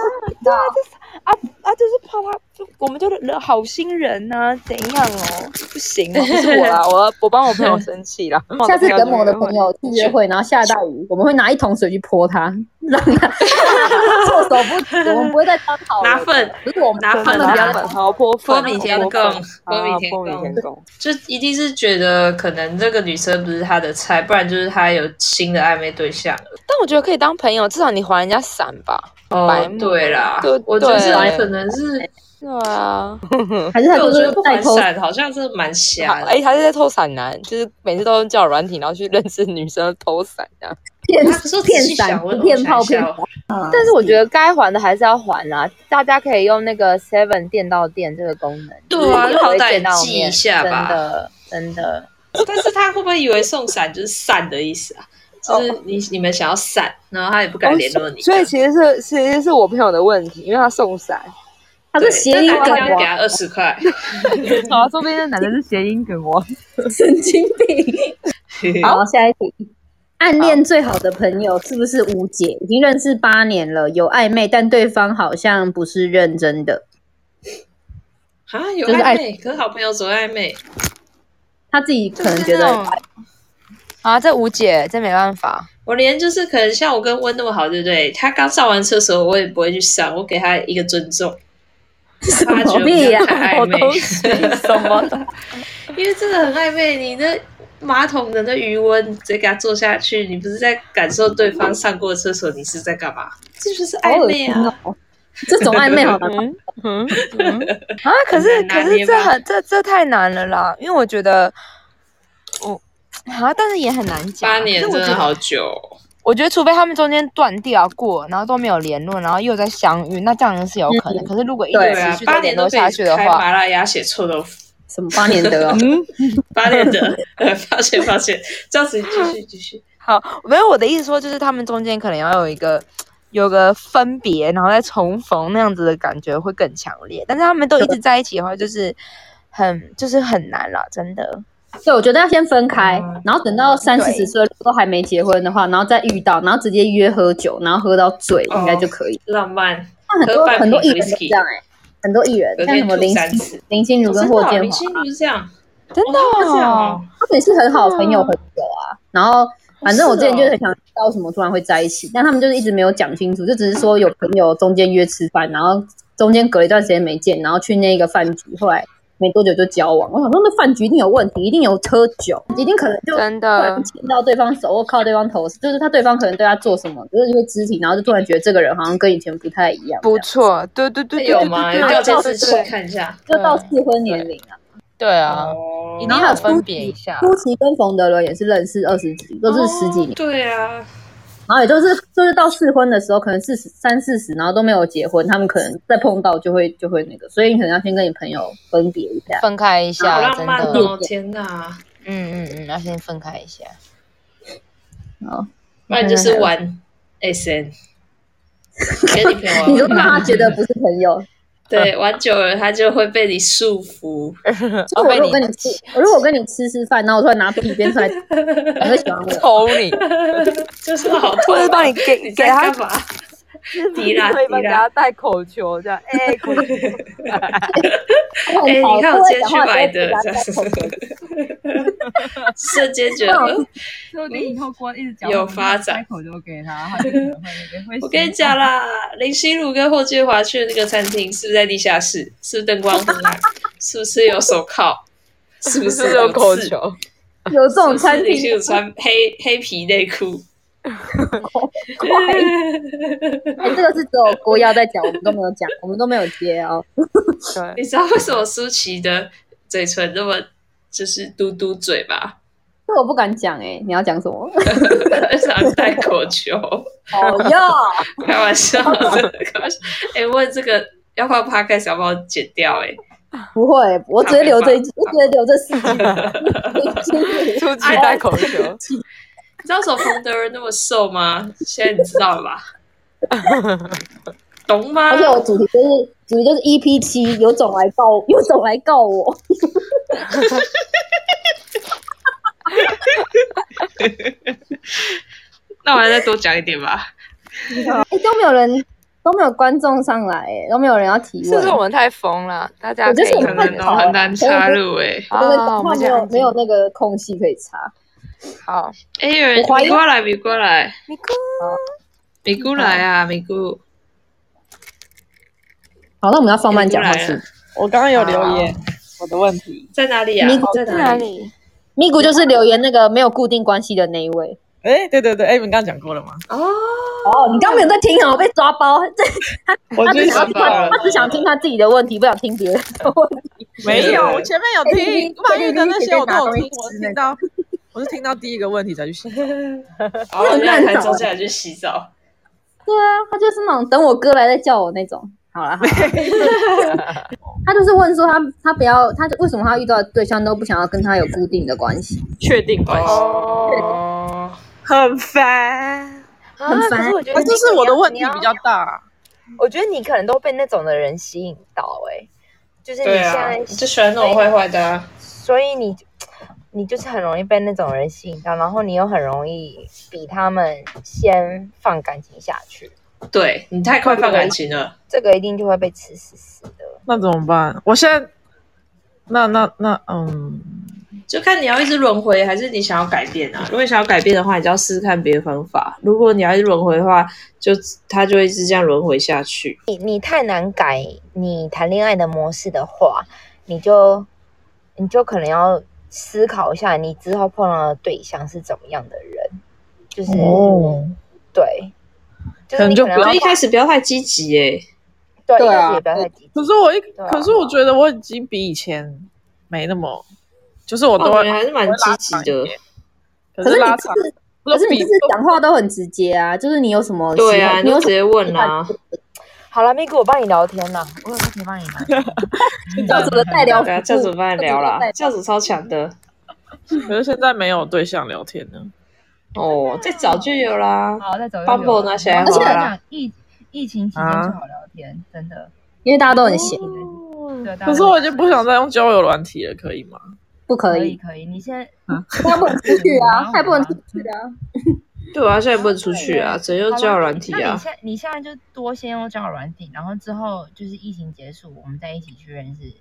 [SPEAKER 3] 啊啊，就是怕他，就我们就惹好心人呐、怎样哦？不 行啊，不是我啦，我我帮我朋 友生气了。
[SPEAKER 1] 下次等我的朋友去约会，然后下大雨，我们会拿一桶水去泼他。让 他措手不及，我们不会再当好人
[SPEAKER 2] 拿粪，
[SPEAKER 1] 如果我们
[SPEAKER 2] 拿
[SPEAKER 1] 真
[SPEAKER 2] 粪
[SPEAKER 1] 的
[SPEAKER 2] 拿
[SPEAKER 1] 不要
[SPEAKER 8] 拿
[SPEAKER 1] 再
[SPEAKER 8] 粉好泼
[SPEAKER 2] 泼
[SPEAKER 8] 粪，
[SPEAKER 2] 米田
[SPEAKER 8] 好
[SPEAKER 2] 共
[SPEAKER 8] 泼粪
[SPEAKER 2] 泼米
[SPEAKER 8] 啊
[SPEAKER 2] 田
[SPEAKER 8] 泼米
[SPEAKER 2] 共
[SPEAKER 8] 田共，
[SPEAKER 2] 就一定是觉得可能这个女生不是他的菜，不然就是他有新的暧昧对象了。
[SPEAKER 3] 但我觉得可以当朋友，至少你还人家伞吧。白
[SPEAKER 2] 哦
[SPEAKER 3] 目，
[SPEAKER 2] 对啦
[SPEAKER 3] 对，
[SPEAKER 2] 我觉得
[SPEAKER 3] 对
[SPEAKER 2] 可能是，
[SPEAKER 3] 对啊，
[SPEAKER 1] 还是他
[SPEAKER 2] 因为我
[SPEAKER 1] 就
[SPEAKER 2] 觉得
[SPEAKER 1] 是
[SPEAKER 2] 不
[SPEAKER 1] 带
[SPEAKER 2] 还
[SPEAKER 1] 头
[SPEAKER 2] 伞好像是蛮瞎的。
[SPEAKER 3] 哎，他是在偷伞男，就是每次都用叫软体，然后去认识女生偷伞这样。
[SPEAKER 1] 骗
[SPEAKER 2] 他可是我仔
[SPEAKER 1] 骗
[SPEAKER 2] 细
[SPEAKER 1] 伞
[SPEAKER 2] 想我、
[SPEAKER 1] 骗炮、骗
[SPEAKER 2] 我
[SPEAKER 3] 但是我觉得该还的还是要还啊，大家可以用那个 Seven 电到电这个功能，
[SPEAKER 2] 对啊
[SPEAKER 3] 就是也会
[SPEAKER 2] 好歹
[SPEAKER 3] 见到
[SPEAKER 2] 记一
[SPEAKER 3] 面
[SPEAKER 2] 下吧
[SPEAKER 3] 真的真的。
[SPEAKER 2] 但是他会不会以为送伞就是散的意思啊？就是你你们想要散，然后他也不敢联络你。
[SPEAKER 3] 哦所以其实是其实是我朋友的问题，因为他送 伞，
[SPEAKER 1] 他是谐音
[SPEAKER 2] 对但
[SPEAKER 1] 梗
[SPEAKER 2] 他一定要给
[SPEAKER 1] 王，
[SPEAKER 2] 他二十块。
[SPEAKER 3] 啊，说不定那男的是谐音梗哦王。
[SPEAKER 1] 神经 病。好，下一题。暗恋最好的朋友是不是吴姐？已经认识八年了，有暧昧，但对方好像不是认真的。
[SPEAKER 2] 啊，有
[SPEAKER 1] 就是
[SPEAKER 2] 暧
[SPEAKER 1] 暧
[SPEAKER 2] 昧，可是好朋友总暧昧。
[SPEAKER 1] 他自己可能觉
[SPEAKER 3] 就是那
[SPEAKER 1] 得
[SPEAKER 3] 种啊，这无解，这没办法。
[SPEAKER 2] 我连就是可能像我跟温那么好，对不对？他刚上完厕所，我也不会去上，我给他一个尊重。
[SPEAKER 1] 什
[SPEAKER 2] 他
[SPEAKER 1] 么啊
[SPEAKER 2] 觉得
[SPEAKER 1] 屁呀、
[SPEAKER 2] 我太暧昧，
[SPEAKER 3] 什 么东西？
[SPEAKER 2] 因为真的很暧昧。你那马桶的那余温直接给他坐下去，你不是在感受对方上过厕所，你是在干嘛？这就是
[SPEAKER 1] 好
[SPEAKER 2] 暧
[SPEAKER 1] 恶
[SPEAKER 2] 昧
[SPEAKER 1] 心
[SPEAKER 2] 啊！
[SPEAKER 1] 哦！这种暧昧好 难
[SPEAKER 3] 嗯嗯嗯啊！可是
[SPEAKER 2] 很难
[SPEAKER 3] 可
[SPEAKER 2] 拿捏
[SPEAKER 3] 是这
[SPEAKER 2] 吧
[SPEAKER 3] 很这这太难了啦，因为我觉得我啊，但是也很难讲。
[SPEAKER 2] 八年
[SPEAKER 3] 可是
[SPEAKER 2] 真
[SPEAKER 3] 我觉
[SPEAKER 2] 的
[SPEAKER 3] 得，
[SPEAKER 2] 好久哦、
[SPEAKER 3] 我觉得除非他们中间断掉过，然后都没有联络，然后又再相遇，那这样是有可能。可是如果一直
[SPEAKER 1] 对
[SPEAKER 2] 啊
[SPEAKER 3] 持续，
[SPEAKER 2] 八
[SPEAKER 3] 都
[SPEAKER 2] 年
[SPEAKER 3] 联
[SPEAKER 2] 都
[SPEAKER 3] 络
[SPEAKER 2] 可
[SPEAKER 3] 下
[SPEAKER 2] 以
[SPEAKER 3] 去的
[SPEAKER 2] 开
[SPEAKER 3] 话，，
[SPEAKER 2] 麻辣鸭血臭豆腐，
[SPEAKER 1] 什么八年的、哦
[SPEAKER 3] 嗯，
[SPEAKER 2] 八年的，呃，抱歉抱歉，这样子继续继续。
[SPEAKER 3] 好，没有我的意思说，就是他们中间可能要有一个有个分别，然后再重逢那样子的感觉会更强烈。但是他们都一直在一起的话，就是很就是很难啦，真的。
[SPEAKER 1] 对，我觉得要先分开
[SPEAKER 2] 嗯，
[SPEAKER 1] 然后等到三四
[SPEAKER 3] 对
[SPEAKER 1] 十岁都还没结婚的话，然后再遇到，然后直接约喝酒，然后喝到醉，
[SPEAKER 2] 哦
[SPEAKER 1] 应该就可以。
[SPEAKER 2] 浪漫，
[SPEAKER 1] 那很
[SPEAKER 2] 喝
[SPEAKER 1] 多
[SPEAKER 2] 半瓶
[SPEAKER 1] 很多艺人都
[SPEAKER 2] whisky
[SPEAKER 1] 这样哎、很多艺人
[SPEAKER 2] 隔
[SPEAKER 1] 像
[SPEAKER 2] 天
[SPEAKER 1] 什么
[SPEAKER 2] 吐
[SPEAKER 1] 林
[SPEAKER 2] 三
[SPEAKER 1] 心
[SPEAKER 2] 次哦
[SPEAKER 1] 林心如跟霍建
[SPEAKER 2] 明
[SPEAKER 1] 华，
[SPEAKER 2] 星不是这样，
[SPEAKER 3] 真的
[SPEAKER 2] 哦他这样
[SPEAKER 3] 哦、
[SPEAKER 2] 哦，
[SPEAKER 1] 他们也是很好的朋友很久啊。然后反正我之前
[SPEAKER 2] 哦
[SPEAKER 1] 就是很想知道为什么突然会在一起，但他们就是一直没有讲清楚，就只是说有朋友中间约吃饭，然后中间隔了一段时间没见，然后去那个饭局，后来没多久就交往。我想说那饭局一定有问题，一定有喝酒，一定可能就
[SPEAKER 3] 真
[SPEAKER 1] 突
[SPEAKER 3] 的
[SPEAKER 2] 嗯
[SPEAKER 1] 然，牵到对方手或靠对方头，就是他对方可能对他做什么，就是因为肢体，然后就突然觉得这个人好像跟以前不太一样，
[SPEAKER 3] 不错，对对对对
[SPEAKER 2] 有
[SPEAKER 3] 对
[SPEAKER 2] 吗？
[SPEAKER 3] 对
[SPEAKER 2] 你
[SPEAKER 3] 对
[SPEAKER 2] 调监
[SPEAKER 3] 对
[SPEAKER 2] 视
[SPEAKER 3] 对
[SPEAKER 2] 器
[SPEAKER 3] 对，
[SPEAKER 2] 看一下。
[SPEAKER 1] 就到适婚年龄啊。
[SPEAKER 3] 对啊，
[SPEAKER 2] 哦
[SPEAKER 3] 一定要分别一下。
[SPEAKER 1] 舒淇跟冯德伦也是认识二十几，都是十几年，
[SPEAKER 2] 对啊，
[SPEAKER 1] 然后也就是就是到适婚的时候，可能四十三四十，然后都没有结婚，他们可能再碰到就会就会那个，所以你可能要先跟你朋友分别一下。
[SPEAKER 3] 分开一
[SPEAKER 2] 好
[SPEAKER 3] 下，
[SPEAKER 2] 浪
[SPEAKER 3] 真
[SPEAKER 2] 漫
[SPEAKER 3] 的，
[SPEAKER 2] 哦！天哪，
[SPEAKER 3] 嗯嗯嗯，要先分开一下。
[SPEAKER 1] 哦，
[SPEAKER 2] 不然就是玩 SN，跟你朋友玩
[SPEAKER 1] 你就让他觉得不是朋友。
[SPEAKER 2] 对，玩久了他就会被你束 缚。
[SPEAKER 1] 就
[SPEAKER 3] 哦
[SPEAKER 1] 我
[SPEAKER 3] 被
[SPEAKER 1] 如果
[SPEAKER 3] 你
[SPEAKER 1] 跟你吃，我如果跟你吃吃饭，然后我突然拿笔鞭出 来，你会喜欢我？
[SPEAKER 3] 抽你，
[SPEAKER 2] 就是好痛
[SPEAKER 3] 或
[SPEAKER 2] 啊，
[SPEAKER 3] 者帮你给
[SPEAKER 2] 你
[SPEAKER 3] 给
[SPEAKER 2] 在
[SPEAKER 3] 他
[SPEAKER 2] 干嘛？迪拉
[SPEAKER 3] 可以
[SPEAKER 2] 迪
[SPEAKER 3] 帮给
[SPEAKER 2] 拉
[SPEAKER 3] 他，带口球这样，哎、口球
[SPEAKER 1] 哎
[SPEAKER 2] 哎，你看我今天去买的，这样子 瞬间 觉得。呃
[SPEAKER 3] 说不定以后关一直讲
[SPEAKER 2] 有发展
[SPEAKER 3] 开口就给他，他就可 能会那个会
[SPEAKER 2] 我跟你讲啦，林心如跟霍建华去的那个餐厅是不是在地下室？是不是灯光昏 暗？是不是有手铐？是不
[SPEAKER 3] 是
[SPEAKER 2] 是
[SPEAKER 3] 有口
[SPEAKER 2] 刺？
[SPEAKER 3] 球，
[SPEAKER 1] 有这种餐
[SPEAKER 2] 是不是林心
[SPEAKER 1] 厅
[SPEAKER 2] 如穿黑黑皮内裤，
[SPEAKER 1] 快。 哎，这个是只有郭耀在讲，我们都没有讲，我们都没有接哦。
[SPEAKER 3] 对，
[SPEAKER 2] 你知道为什么舒淇的嘴唇那么就是嘟嘟嘴吗？
[SPEAKER 1] 这我不敢讲哎，你要讲什 么？
[SPEAKER 2] 想戴口球，
[SPEAKER 1] 哦哟。
[SPEAKER 2] 开玩笑，真的开玩笑。哎、问这个要不要 podcast 要不要剪掉、欸？
[SPEAKER 1] 不会，我直接留这一句，我直接留这四句。
[SPEAKER 3] 出去带口球，
[SPEAKER 2] 你知道为什么冯德伦那么瘦吗？现在你知道了吧？懂吗？
[SPEAKER 1] 而且我主题就是主题就是 EP 七，有种来告，有种来告我。
[SPEAKER 2] 那我还再多讲一点吧。
[SPEAKER 1] 哎，都没有人，都没有观众上来，哎，都没有人要提
[SPEAKER 3] 是不
[SPEAKER 1] 问
[SPEAKER 3] 是。我们太疯了？大家
[SPEAKER 1] 我
[SPEAKER 3] 可
[SPEAKER 1] 觉得
[SPEAKER 3] 以
[SPEAKER 1] 是我
[SPEAKER 2] 可
[SPEAKER 1] 们
[SPEAKER 2] 能
[SPEAKER 3] 看
[SPEAKER 1] 太
[SPEAKER 2] 哦，
[SPEAKER 3] 得
[SPEAKER 1] 吵
[SPEAKER 3] 到
[SPEAKER 2] 很难插入哎、欸。
[SPEAKER 1] 我们的
[SPEAKER 3] 啊，我
[SPEAKER 1] 话没
[SPEAKER 3] 们这
[SPEAKER 1] 有
[SPEAKER 3] 样
[SPEAKER 1] 没有那个空隙可以插。
[SPEAKER 3] 好，
[SPEAKER 2] 哎、有人
[SPEAKER 1] 我怀疑
[SPEAKER 2] 你过来，你过来。
[SPEAKER 3] 你过
[SPEAKER 2] 米姑来啊，米姑，
[SPEAKER 1] 好，那我们要放慢讲话
[SPEAKER 3] 啊
[SPEAKER 1] 是。
[SPEAKER 9] 我刚刚有留言我的问题，
[SPEAKER 2] 在哪里啊？
[SPEAKER 1] 米谷
[SPEAKER 2] 在
[SPEAKER 10] 在哪
[SPEAKER 2] 里？
[SPEAKER 10] 里？
[SPEAKER 1] 咪咕就是留言那个没有固定关系的那一位。
[SPEAKER 9] 哎，对对对，哎，你刚刚讲过了吗？
[SPEAKER 1] 哦，你刚没有在听啊？我被抓包，这
[SPEAKER 9] 我
[SPEAKER 1] 他
[SPEAKER 9] 就
[SPEAKER 1] 只想要
[SPEAKER 9] 想
[SPEAKER 1] 听他，他只想听他自己的问题，不想听别人的问题。
[SPEAKER 9] 没有，我前面有
[SPEAKER 1] 哎你
[SPEAKER 9] 听曼玉的那些，我都有
[SPEAKER 1] 你可
[SPEAKER 9] 听，
[SPEAKER 1] 以拿
[SPEAKER 9] 我
[SPEAKER 1] 东西吃
[SPEAKER 9] 听到，我是听到第一个问题才去洗。
[SPEAKER 2] 哦，
[SPEAKER 1] 很
[SPEAKER 2] 现在
[SPEAKER 1] 难
[SPEAKER 2] 才
[SPEAKER 1] 找
[SPEAKER 2] 走下来去洗澡。
[SPEAKER 1] 对啊，他就是那种等我哥来再叫我那种。好了，好啦他就是问说他他不要他为什么他遇到的对象都不想要跟他有固定的关系，
[SPEAKER 9] 确定关系，
[SPEAKER 2] 哦，
[SPEAKER 9] 很烦。
[SPEAKER 1] 很
[SPEAKER 3] 啊可
[SPEAKER 1] 烦
[SPEAKER 3] 是我觉
[SPEAKER 9] 啊，
[SPEAKER 3] 得
[SPEAKER 9] 这是
[SPEAKER 3] 你
[SPEAKER 9] 我的
[SPEAKER 3] 你要
[SPEAKER 9] 问题比较大。
[SPEAKER 3] 我觉得你可能都被那种的人吸引到、哎，就是你
[SPEAKER 2] 对
[SPEAKER 3] 现
[SPEAKER 2] 啊，
[SPEAKER 3] 在，
[SPEAKER 2] 你就喜欢那种坏坏的啊。
[SPEAKER 3] 所以你你就是很容易被那种人吸引到，然后你又很容易比他们先放感情下去，
[SPEAKER 2] 对你太快放感情了，
[SPEAKER 3] 这个一定就会被吃死死的。
[SPEAKER 9] 那怎么办？我现在，那那那，嗯，
[SPEAKER 2] 就看你要一直轮回，还是你想要改变啊？如果你想要改变的话，你就要试试看别的方法。如果你要一直轮回的话，就他就会一直这样轮回下去。
[SPEAKER 3] 你你太难改你谈恋爱的模式的话，你就你就可能要思考一下，你之后碰到的对象是怎么样的人，就是、
[SPEAKER 9] 哦，
[SPEAKER 3] 对，就
[SPEAKER 9] 可
[SPEAKER 3] 是
[SPEAKER 9] 能
[SPEAKER 3] 你
[SPEAKER 9] 就
[SPEAKER 3] 可能
[SPEAKER 9] 不
[SPEAKER 2] 所
[SPEAKER 3] 要
[SPEAKER 2] 以一开始不要太积极耶、
[SPEAKER 3] 对，
[SPEAKER 1] 对
[SPEAKER 3] 一开
[SPEAKER 1] 啊
[SPEAKER 3] 始也不要太急。
[SPEAKER 9] 可是我一
[SPEAKER 3] 对，啊
[SPEAKER 9] 可是我觉得我已经比以前没那么，就是我都
[SPEAKER 2] 我
[SPEAKER 9] 会
[SPEAKER 2] 觉得哦还是蛮积极的。
[SPEAKER 9] 可
[SPEAKER 1] 哦可
[SPEAKER 9] 是
[SPEAKER 1] 是你
[SPEAKER 9] 拉
[SPEAKER 1] 就
[SPEAKER 9] 长，
[SPEAKER 1] 是
[SPEAKER 9] 我
[SPEAKER 1] 可是
[SPEAKER 9] 比
[SPEAKER 1] 你就是讲话都很直接啊，就是你有什么
[SPEAKER 2] 对
[SPEAKER 1] 喜
[SPEAKER 2] 啊，
[SPEAKER 1] 欢
[SPEAKER 2] 你
[SPEAKER 1] 你有
[SPEAKER 2] 就
[SPEAKER 1] 什
[SPEAKER 2] 直
[SPEAKER 1] 么
[SPEAKER 2] 接问啊啦、
[SPEAKER 3] 好了，咪咕，我帮你聊天啦，我有事情帮你聊 天。
[SPEAKER 1] 教主的代聊
[SPEAKER 2] 对啊，教主帮你聊啦，教主超强的
[SPEAKER 9] 可是现在没有对象聊天呢。
[SPEAKER 2] 哦，再早就有啦。
[SPEAKER 3] 好，再走一走
[SPEAKER 2] Bumble 拿起来
[SPEAKER 3] 而
[SPEAKER 2] 好
[SPEAKER 3] 且
[SPEAKER 2] 了
[SPEAKER 3] 讲
[SPEAKER 2] 啦，
[SPEAKER 3] 疫疫情期间最好聊天，真的。
[SPEAKER 1] 因为大家都很闲，哦
[SPEAKER 3] 对大家
[SPEAKER 9] 可是我已经不想再用交友软体了，可以吗？
[SPEAKER 1] 不可
[SPEAKER 3] 可以
[SPEAKER 1] 以，
[SPEAKER 3] 可以，你先
[SPEAKER 1] 他不能出去啊，
[SPEAKER 3] 嗯
[SPEAKER 1] 他也不能出去啊。
[SPEAKER 2] 对啊，现在也不能出去啊，只能用交友软体
[SPEAKER 3] 好了那你
[SPEAKER 2] 啊。
[SPEAKER 3] 现你现在就多先用交友软体，然后之后就是疫情结束，我们再一起去认识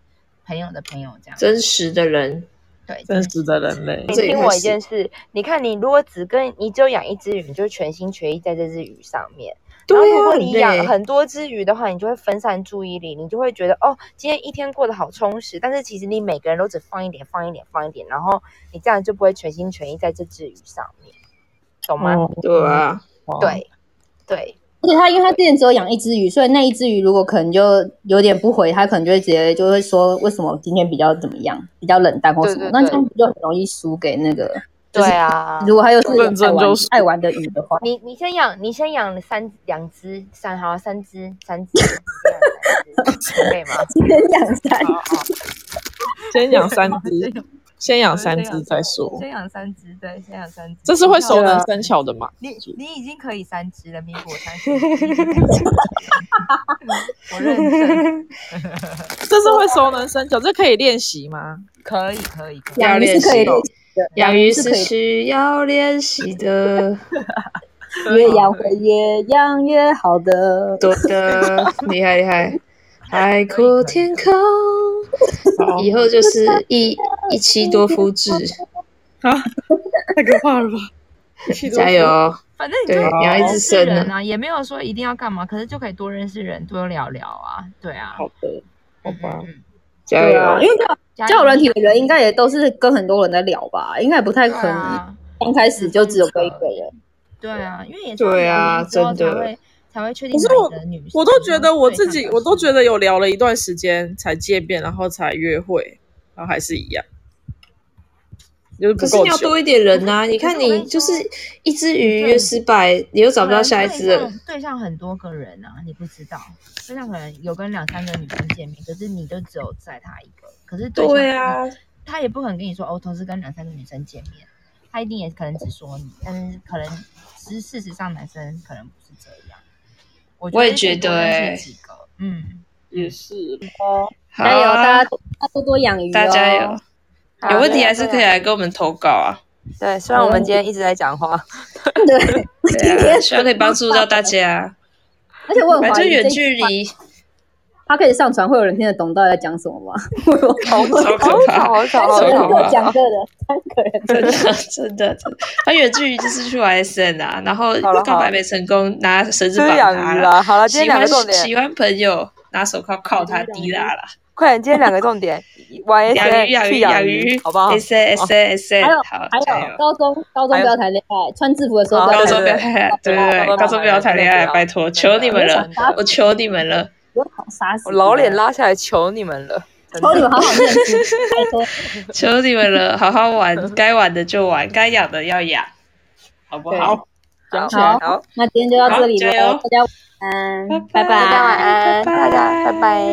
[SPEAKER 3] 朋友的朋友，这样
[SPEAKER 2] 真实的人，
[SPEAKER 3] 对。
[SPEAKER 9] 真实的人类
[SPEAKER 3] 你
[SPEAKER 2] 这也
[SPEAKER 3] 听
[SPEAKER 2] 开
[SPEAKER 3] 我
[SPEAKER 2] 始
[SPEAKER 3] 一件事，你看你如果只跟你只有养一只鱼，你就全心全意在这只鱼上面。然后如果你养很多只鱼的话，你就会分散注意力，你就会觉得哦，今天一天过得好充实。但是其实你每个人都只放一点，放一点，放一点，然后你这样就不会全心全意在这只鱼上面，懂吗？
[SPEAKER 9] 哦，
[SPEAKER 2] 对啊，
[SPEAKER 3] 对，对，
[SPEAKER 1] 而且他因为他之前只有养一只鱼，所以那一只鱼如果可能就有点不回，他可能就会直接就会说为什么今天比较怎么样，比较冷淡或什么，
[SPEAKER 3] 对对
[SPEAKER 1] 那
[SPEAKER 3] 对
[SPEAKER 1] 这样不就很容易输给那个？
[SPEAKER 3] 对啊。
[SPEAKER 1] 如果他又是
[SPEAKER 9] 认真
[SPEAKER 1] 爱玩
[SPEAKER 9] 就是
[SPEAKER 1] 爱玩的鱼的话，
[SPEAKER 3] 你你先养，你先养三两只，三好啊三只，三只，三只可以吗？
[SPEAKER 1] 今天养三
[SPEAKER 3] 好好，
[SPEAKER 9] 先养三只， 先养三只再 说。
[SPEAKER 3] 先养三只，对，先养三只。啊
[SPEAKER 9] 这是会熟
[SPEAKER 3] 你知道
[SPEAKER 9] 能生巧的嘛？
[SPEAKER 3] 你你已经可以三只了，咪咕，我相信你。我 认证，
[SPEAKER 9] 这是会熟能生巧，这可以练习吗？
[SPEAKER 3] 可以可以可以。
[SPEAKER 1] 养鱼是可以练习的，
[SPEAKER 2] 养鱼是
[SPEAKER 1] 可以
[SPEAKER 2] 需要练习的，
[SPEAKER 1] 越养会越养越好的。
[SPEAKER 2] 多的，厉害厉害，海阔天空，以后就是一一期多夫制，
[SPEAKER 9] 太可怕了 吧！
[SPEAKER 2] 加油！
[SPEAKER 3] 反正你
[SPEAKER 2] 对
[SPEAKER 3] 就
[SPEAKER 2] 你要一直
[SPEAKER 3] 多认识
[SPEAKER 2] 生
[SPEAKER 3] 人啊，也没有说一定要干嘛，可是就可以多认识人，多聊聊啊，对啊。
[SPEAKER 9] 好的，好吧，
[SPEAKER 3] 嗯，嗯
[SPEAKER 2] 加
[SPEAKER 1] 对啊，
[SPEAKER 2] 油！
[SPEAKER 1] 因为
[SPEAKER 3] 加油
[SPEAKER 1] 交友软体的人应该也都是跟很多人在聊吧，应该也不太
[SPEAKER 3] 对
[SPEAKER 1] 可能
[SPEAKER 3] 啊，
[SPEAKER 1] 刚开始就只有跟一个人。
[SPEAKER 3] 对啊，因为也是
[SPEAKER 2] 对
[SPEAKER 3] 要
[SPEAKER 2] 啊
[SPEAKER 3] 聊之后
[SPEAKER 2] 真
[SPEAKER 3] 才
[SPEAKER 2] 的
[SPEAKER 3] 会才会确定
[SPEAKER 9] 可是
[SPEAKER 3] 哪一个女生。 啊
[SPEAKER 9] 我都觉得我自己，
[SPEAKER 3] 对
[SPEAKER 9] 我都觉得有聊了一段时间才见面，然后才约会，然后还是一样，就是
[SPEAKER 2] 可
[SPEAKER 9] 不
[SPEAKER 2] 是
[SPEAKER 9] 够
[SPEAKER 2] 你要
[SPEAKER 9] 久。
[SPEAKER 2] 多一点人呐、啊你看
[SPEAKER 3] 可是我
[SPEAKER 2] 你
[SPEAKER 3] 跟你说
[SPEAKER 2] 就是一只鱼约失败，你又找不到下一只
[SPEAKER 3] 对
[SPEAKER 2] 了。
[SPEAKER 3] 象对象很多个人啊，你不知道，对象可能有跟两三个女生见面，可是你就只有在他一个，可是对象
[SPEAKER 2] 对啊，
[SPEAKER 3] 他也不可能跟你说哦，同时跟两三个女生见面，他一定也可能只说你，但是可能其实事实上男生可能不是这样。我
[SPEAKER 2] 我也
[SPEAKER 3] 可以
[SPEAKER 2] 觉得
[SPEAKER 3] 多认识
[SPEAKER 2] 欸
[SPEAKER 3] 几个，嗯，
[SPEAKER 9] 也是，
[SPEAKER 2] 好
[SPEAKER 1] 加油，
[SPEAKER 2] 啊
[SPEAKER 1] 大家多大家多多养鱼哦！
[SPEAKER 2] 大家加油！有问题还是可以
[SPEAKER 3] 以。
[SPEAKER 2] 来跟我们投稿啊。
[SPEAKER 3] 对，虽然我们今天一直在讲话，
[SPEAKER 1] 对，
[SPEAKER 2] 对啊，希望可以帮助到大家。
[SPEAKER 1] 而且我很
[SPEAKER 2] 反
[SPEAKER 1] 怀
[SPEAKER 2] 正
[SPEAKER 1] 疑
[SPEAKER 2] 远
[SPEAKER 1] 这一
[SPEAKER 2] 距离，
[SPEAKER 1] 他可以上传，会有人听得懂到底在讲什么吗？我有好
[SPEAKER 2] 超可 怕，
[SPEAKER 11] 好吵，
[SPEAKER 2] 超
[SPEAKER 11] 好
[SPEAKER 2] 哦可
[SPEAKER 11] 吵！
[SPEAKER 1] 两
[SPEAKER 2] 怕
[SPEAKER 1] 个讲各的，三个人
[SPEAKER 2] 真的 真的，他远距离就是去玩 SN 啊，然后
[SPEAKER 3] 好了
[SPEAKER 2] 告白没成功，拿绳子
[SPEAKER 3] 这
[SPEAKER 2] 绑
[SPEAKER 3] 是养
[SPEAKER 2] 他
[SPEAKER 3] 鱼
[SPEAKER 2] 啦，
[SPEAKER 3] 啦。好了，今
[SPEAKER 2] 喜
[SPEAKER 3] 天两
[SPEAKER 2] 欢
[SPEAKER 3] 个重点，
[SPEAKER 2] 喜欢朋友拿手铐铐他滴啦啦，
[SPEAKER 3] 快点，今天两个重点，玩 S
[SPEAKER 2] 养鱼
[SPEAKER 3] N
[SPEAKER 2] 养
[SPEAKER 3] 去
[SPEAKER 2] 鱼
[SPEAKER 3] 养
[SPEAKER 2] 养鱼，
[SPEAKER 3] 好不好？
[SPEAKER 2] ？S N S N S N，
[SPEAKER 1] 还有
[SPEAKER 2] 好，加
[SPEAKER 1] 还
[SPEAKER 2] 油
[SPEAKER 1] 有！高中高中不要谈恋爱，穿制服的时候不
[SPEAKER 3] 好
[SPEAKER 1] 要
[SPEAKER 2] 高
[SPEAKER 1] 谈
[SPEAKER 2] 中不
[SPEAKER 1] 恋
[SPEAKER 2] 要
[SPEAKER 1] 爱，
[SPEAKER 2] 谈恋爱，对对对，高中不要谈恋爱，拜托，求你们了，
[SPEAKER 3] 啊
[SPEAKER 2] 我求你们了。
[SPEAKER 1] 有好杀死
[SPEAKER 3] 我老脸，拉下来，求你们了。真的
[SPEAKER 1] 求你们好好念书，拜托。
[SPEAKER 2] 求你们了，好好 玩，该玩的就玩，该养的要养，好不好？
[SPEAKER 3] 好
[SPEAKER 1] 起来
[SPEAKER 3] 好，
[SPEAKER 1] 那今天就到这里
[SPEAKER 2] 好加油
[SPEAKER 1] 了，大家晚安，
[SPEAKER 2] 拜拜
[SPEAKER 3] 大家晚安，
[SPEAKER 2] 拜
[SPEAKER 3] 大家拜拜。